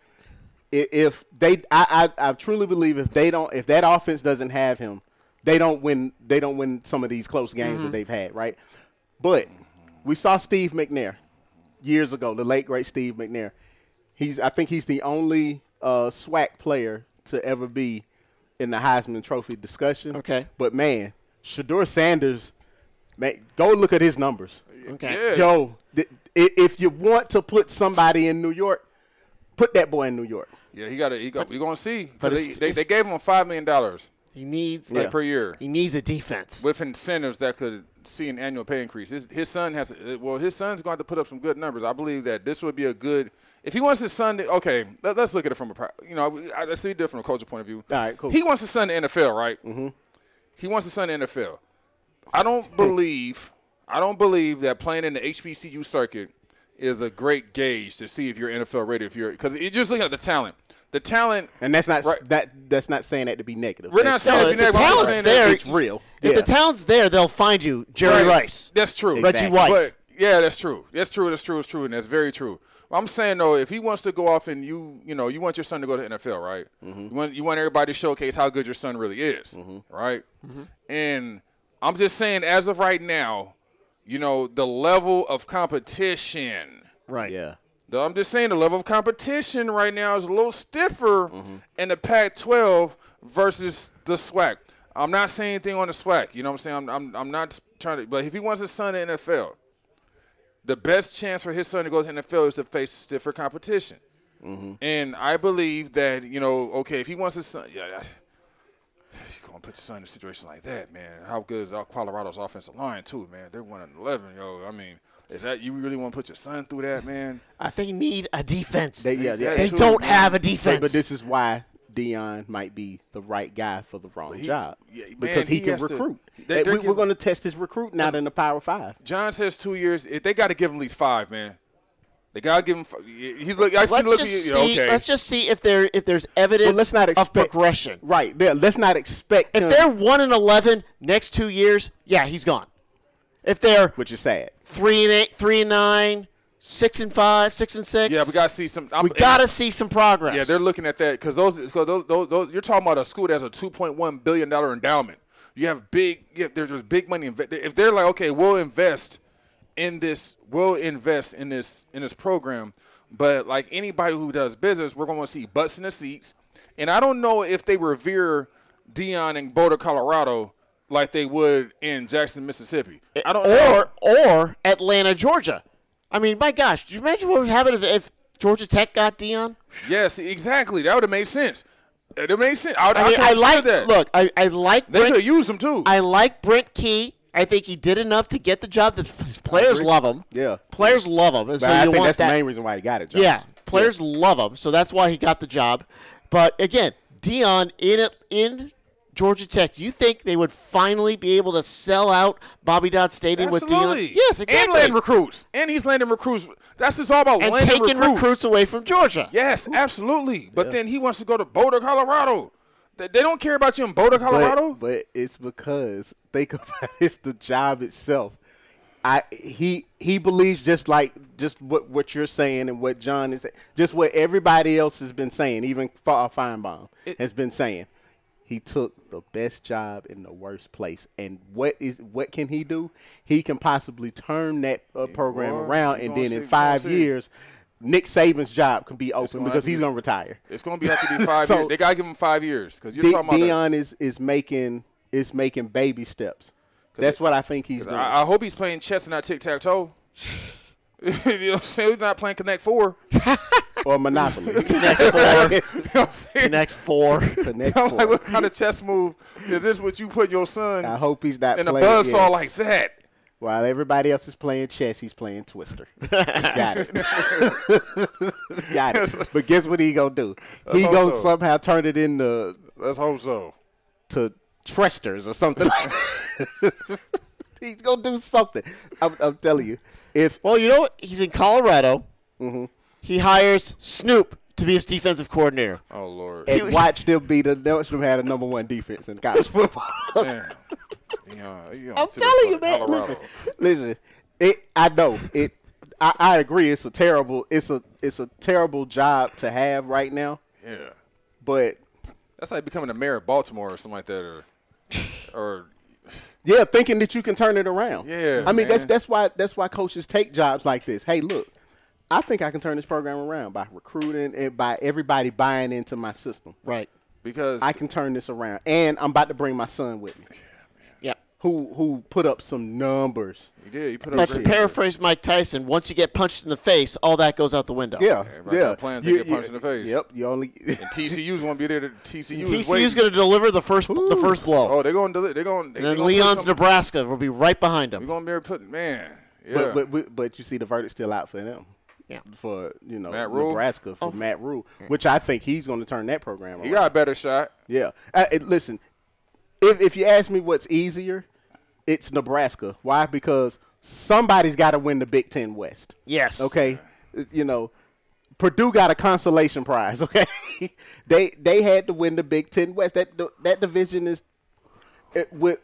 i- if they, I, I, I truly believe if they don't, if that offense doesn't have him, they don't win. They don't win some of these close games Mm-hmm. that they've had, right? But we saw Steve McNair years ago, the late great Steve McNair. He's I think he's the only uh, SWAC player to ever be in the Heisman Trophy discussion. Okay. but man, Shador Sanders, man, go look at his numbers. okay. Yo, th- i- if you want to put somebody in New York, put that boy in New York. Yeah, he got to He got. We gonna see. 'Cause but they, it's- they, they it's- gave him five million dollars He needs like yeah. per year He needs a defense. with incentives that could see an annual pay increase. His, his son has. To, uh, well, his son's going to have to put up some good numbers. I believe that this would be a good. If he wants his son to, okay, let, us look at it from a, pro- you know, I, I see it from a culture point of view. All right, cool. He wants his son to NFL, right? Mm-hmm. He wants his son to NFL. I don't believe, I don't believe that playing in the HBCU circuit is a great gauge to see if you're NFL ready. If you're, because you're just looking at the talent. The talent, And that's not s- Right. that that's not saying that to be negative. We're That's- not saying No, it'd if be the negative. I'm talent's saying that there, it's real. If Yeah. the talent's there, they'll find you, Jerry Right. Rice. That's true. Reggie White. But yeah, that's true. That's true. That's true. It's true, and that's very true. I'm saying though, if he wants to go off and you, you know, you want your son to go to NFL, right? You want you want everybody to showcase how good your son really is, right? And I'm just saying, as of right now, you know, the level of competition. right. Yeah. Though I'm just saying the level of competition right now is a little stiffer in the Pac-12 versus the SWAC. I'm not saying anything on the SWAC. You know what I'm saying? I'm, I'm, I'm not trying to. But if he wants his son in NFL, the best chance for his son to go to NFL is to face stiffer competition. And I believe that you know, okay, if he wants his son, yeah, that- you're gonna put your son in a situation like that, man. How good is Colorado's offensive line too, man? They're one and eleven, yo. I mean, Is that you really want to put your son through that, man? They need a defense. They- yeah, yeah. They True. don't have a But- defense. but this is why Dion might be the right guy for the wrong job yeah, man, because he, he can has to- recruit. they- they're we, giving- are going to test his recruiting out in the Power Five. John says two years. If they got to give him at least five, man. They got to give him. Five. He look. I see. let's look, just he- see. okay. Let's just see if there if there's evidence Well, let's not of expect progression. Right. Yeah, let's not expect If him, they're one and eleven next two years, yeah, he's gone. If they're which is sad. three and eight, three and nine, six and five, six and six, yeah, we got to see some. I'm, we got to see some progress. Yeah, they're looking at that because those, 'cause those, those, those, you're talking about a school that has a 2.1 billion dollar endowment. You have big, you have, there's just big money. inve- If they're like, okay, we'll invest in this, we'll invest in this in this program, but like anybody who does business, we're going to see butts in the seats. And I don't know if they revere Dion in Boulder, Colorado, like they would in Jackson, Mississippi. Eh. I don't. know. or or Atlanta, Georgia. I mean, my gosh, do you imagine what would happen if, if Georgia Tech got Dion? Yes, exactly. That would have made sense. It would made sense. I, I mean, I, like that. Look, I, I like they could Brent, have used them too. I like Brent Key. I think he did enough to get the job. The his players love him. Yeah. players love him, and But so I you think want that's that. the main reason why he got it. John. Yeah, players love him, so that's why he got the job. But again, Dion in it in Georgia Tech. Do you think they would finally be able to sell out Bobby Dodd Stadium with Absolutely. Dion? Yes, And exactly. landing recruits. And he's landing recruits. That's just all about and landing taking recruits. away from Georgia. Yes, absolutely. But then he wants to go to Boulder, Colorado. They, they don't care about you in Boulder, Colorado. But, but it's because think about it, it's the job itself. I he he believes just like just what what you're saying and what John is just what everybody else has been saying, even Fa- uh, Feinbaum has been saying. He took the best job in the worst place, and what is what can he do? He can possibly turn that uh, program boy, around, you and gonna then see, in you five gonna see. years, Nick Saban's job can be open gonna because have to he's be- gonna retire. it's going to be have to be five So- years. They got to give him five years because you're De- talking about. Dion is is making is making baby steps. That's what I think he's that. doing. I, I hope he's playing chess and not tic tac toe. you know what I'm saying? He's not playing Connect Four. You or Monopoly. know what I'm saying? Next four. Connect I'm like, Four. what kind of chess move is this? What you put your son I hope he's not in a playing buzzsaw yes. like that? While everybody else is playing chess, he's playing Twister. Got it. Got it. But guess what he gonna do? He hope gonna so. somehow turn it into Let's hope so. to Tresters or something. he's gonna do something. I'm, I'm telling you. If Well, you know what? He's in Colorado. Mm-hmm. He hires Snoop to be his defensive coordinator. Oh Lord. and watch them be the watch them had a number one defense in college football. Man. Yeah, you know, I'm to telling the you, man. Colorado. Listen, listen. It. I know it. I, I agree. It's a terrible. It's a. It's a terrible job to have right now. Yeah. But That's like becoming a mayor of Baltimore or something like that, or, or yeah, thinking that you can turn it around. Yeah, I mean, that's man. that's why that's why coaches take jobs like this. Hey, look, I think I can turn this program around by recruiting and by everybody buying into my system. Right. because I can turn this around, and I'm about to bring my son with me, Yeah. who who put up some numbers. you did. You put up But to great- paraphrase Mike Tyson, once you get punched in the face, all that goes out the window. Yeah, Everybody yeah. got plans to get punched in the face. Yep. You only. and TCU's gonna be there. To, TCU. is TCU's waiting. going to deliver the first the first blow. Oh, they're gonna. deli- They're gonna. They're and then gonna Leon's We're Nebraska will be right behind him. gonna be putting man. Yeah. But, but but but you see the verdict still out for them. Yeah. For you know Matt Rule? Nebraska for Matt Rule, which I think he's going to turn that program he around. got a better shot. yeah. Uh, it- listen, if if you ask me what's easier, it's Nebraska. Why? Because somebody's got to win the Big Ten West. Yes. Okay. You know, Purdue got a consolation prize. Okay. they they had to win the Big Ten West. That that division is it, with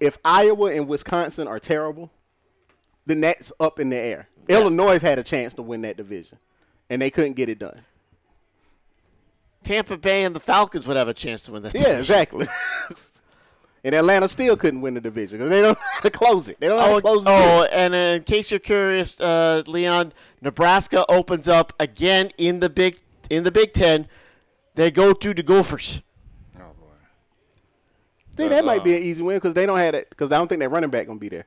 if Iowa and Wisconsin are terrible, then that's up in the air. Illinois had a chance to win that division, and they couldn't get it done. Tampa Bay and the Falcons would have a chance to win that. Yeah, division. exactly. and Atlanta still couldn't win the division because they don't know how to close it. They don't know how Oh, to close oh, it. and in case you're curious, uh, Leon, Nebraska opens up again in the big in the Big Ten. They go to the Gophers. Oh boy. Think that might be Uh-uh. an easy win because they don't have it because I don't think that running back gonna be there.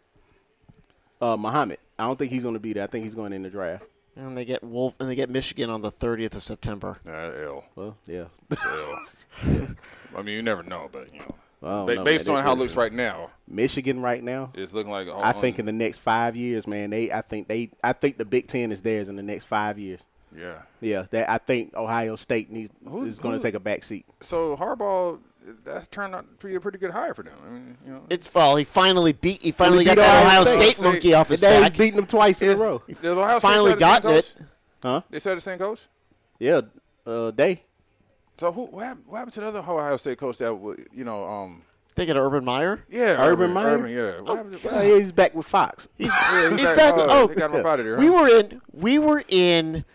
Uh, Muhammad, I don't think he's gonna be there. I think he's going in the draft. And they get Wolf and they get Michigan on the 30th of September. Nah, L. Well, Uh, yeah, L. I mean, you never know, but you know. Well, I don't Ba- know, based man. on how it It- looks right now, Michigan right now. it's looking like. I Uh-uh. think in the next five years, man, they I think they I think the Big Ten is theirs in the next five years. yeah. Yeah, that I think Ohio State needs Who- is going who- to take a back seat. So Harbaugh, that turned out to be a pretty good hire for them. I mean, you know, It's well, he finally beat. He finally beat got that Ohio Ohio State. State, monkey off his They was back. beating them twice in a Is- row, did Ohio State Finally have the same gotten it. coach? huh? They said the same coach. Yeah, uh, they. So who? What happened, what happened to the other Ohio State coach that wa- you know? Um, They got Urban Meyer. yeah, Urban Meyer? Urban, Oh, yeah. What happened to- Uh, he's back with Fox. yeah, he's Oh, He's like, back. Oh, Oh, they got him up out of there. we huh? were in. We were in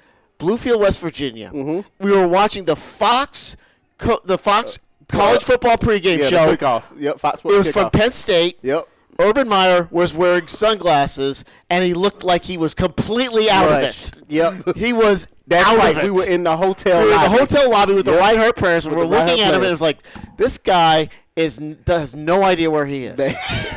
Bluefield, West Virginia. Mm-hmm. We were watching the Fox, co- the Fox college football pregame Uh, yeah, show. the kickoff. Yep, Fox It was kickoff. from Penn State. Yep. Urban Meyer was wearing sunglasses, and he looked like he was completely out Rushed. of it. Yep. He was That's out right. of it. We were in the hotel. We were in the lobby. hotel lobby with the Yep. right heart prayers, and With we're the right looking heart at him, and players. it's like this guy is n- has no idea where he is.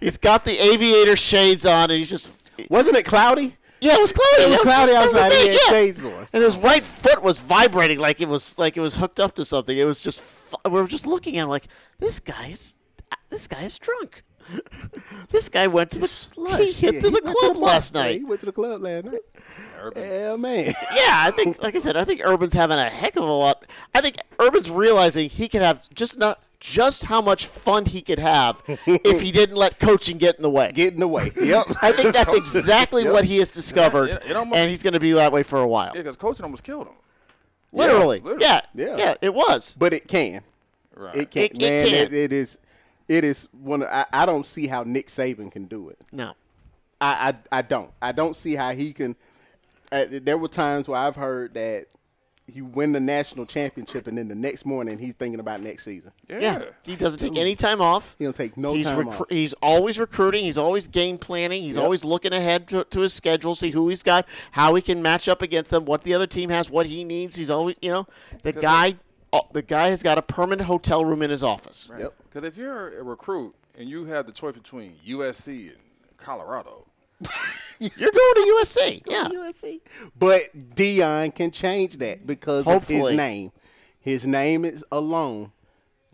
he's got the aviator shades on, and he's just Wasn't it cloudy? yeah, it was cloudy. It was That cloudy that was the outside. thing, He had yeah. shades on. and his right foot was vibrating like it was like it was hooked up to something. It was just fu- we were just looking at him like this guy is this guy is drunk. this guy went to the he hit to Yeah, he the went club bar. last Yeah, night. He went to the club last night. Urban. Yeah, man. Yeah, I think, like I said, I think Urban's having a heck of a lot. I think Urban's realizing he could have just not just how much fun he could have if he didn't let coaching get in the way. Get in the way. Yep. I think that's exactly Yep. what he has discovered, Yeah, it almost- and he's going to be that way for a while. Yeah, because coaching almost killed him. literally. literally. yeah, Yeah. yeah, it was. but it can. Right. It can. It- it man, can. it is. It is one. Of, I, I don't see how Nick Saban can do it. No, I, I I don't. I don't see how he can. Uh, there were times where I've heard that you win the national championship and then the next morning he's thinking about next season. yeah. yeah, he doesn't take any time off. He don't take no he's time recru- off. He's always recruiting. He's always game planning. He's Yep. always looking ahead to, to his schedule, see who he's got, how he can match up against them, what the other team has, what he needs. He's always, you know, the guy. uh, the guy has got a permanent hotel room in his office. Yep. Because if you're a recruit and you have the choice between USC and Colorado, You're going to USC. Yeah. USC. But Dion can change that because of Hopefully. his name. His name is alone.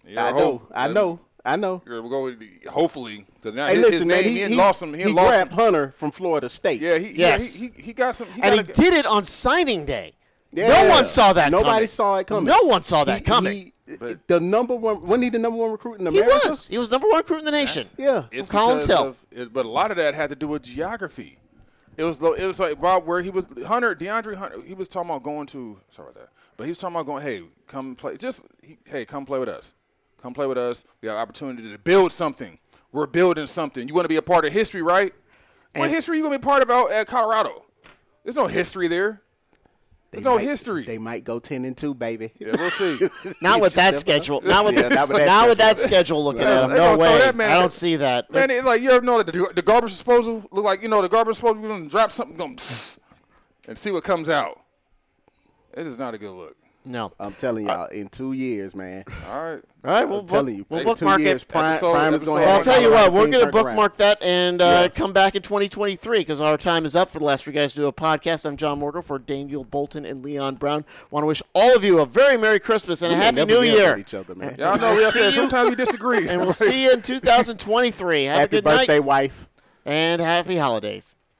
you're I know. hope- I know. I know. You're going to go with the, hopefully. 'cause now Hey, his, listen, his man. name, He, he, he- lost him. He, he lost grabbed him. Hunter from Florida State. Yeah, he, Yes. yeah, he, he, he got some. He And he got a- did it on signing day. No Yeah. one saw that Nobody coming. saw it coming. No one saw that He- coming. He, he- the number one. Wasn't he the number one recruit in America? was. He was number one recruit in the nation. Yeah. It's From Collins because Hill. of- it- but a lot of that had to do with geography. It was lo- it was like Bob where he was Hunter DeAndre Hunter he was talking about going to sorry about that but he was talking about going hey come play just he, hey come play with us come play with us we have opportunity to build something we're building something you want to be a part of history right what And- history you gonna be part of out at Colorado there's no history there there's no might- history They might go ten and two, baby. yeah we'll see Not with that schedule. Not with, Yeah, not with that not with that schedule looking at him. They No gonna throw way. that man- I don't see that. man it's like you ever know that the, the garbage disposal look like you know the garbage disposal you're gonna drop something gonna and see what comes out this is not a good look. No. I'm telling y'all, in two years, man. All right. All right, we'll I'm book, telling you, we'll in bookmark two years, it. Prime, Episode- Prime is going. episode- Well, I'll tell you what, we're going to to bookmark that and uh, come back in 2023 because our time is up for the last three guys to do a podcast. I'm John Morgan for Daniel Bolton and Leon Brown. Want to wish all of you a very Merry Christmas and a We Happy never New yelled at Year. each other, man. Y'all know we We'll up there. see you. Sometimes we disagree. And we'll see you in 2023. Have a Happy good birthday, night wife. and happy holidays.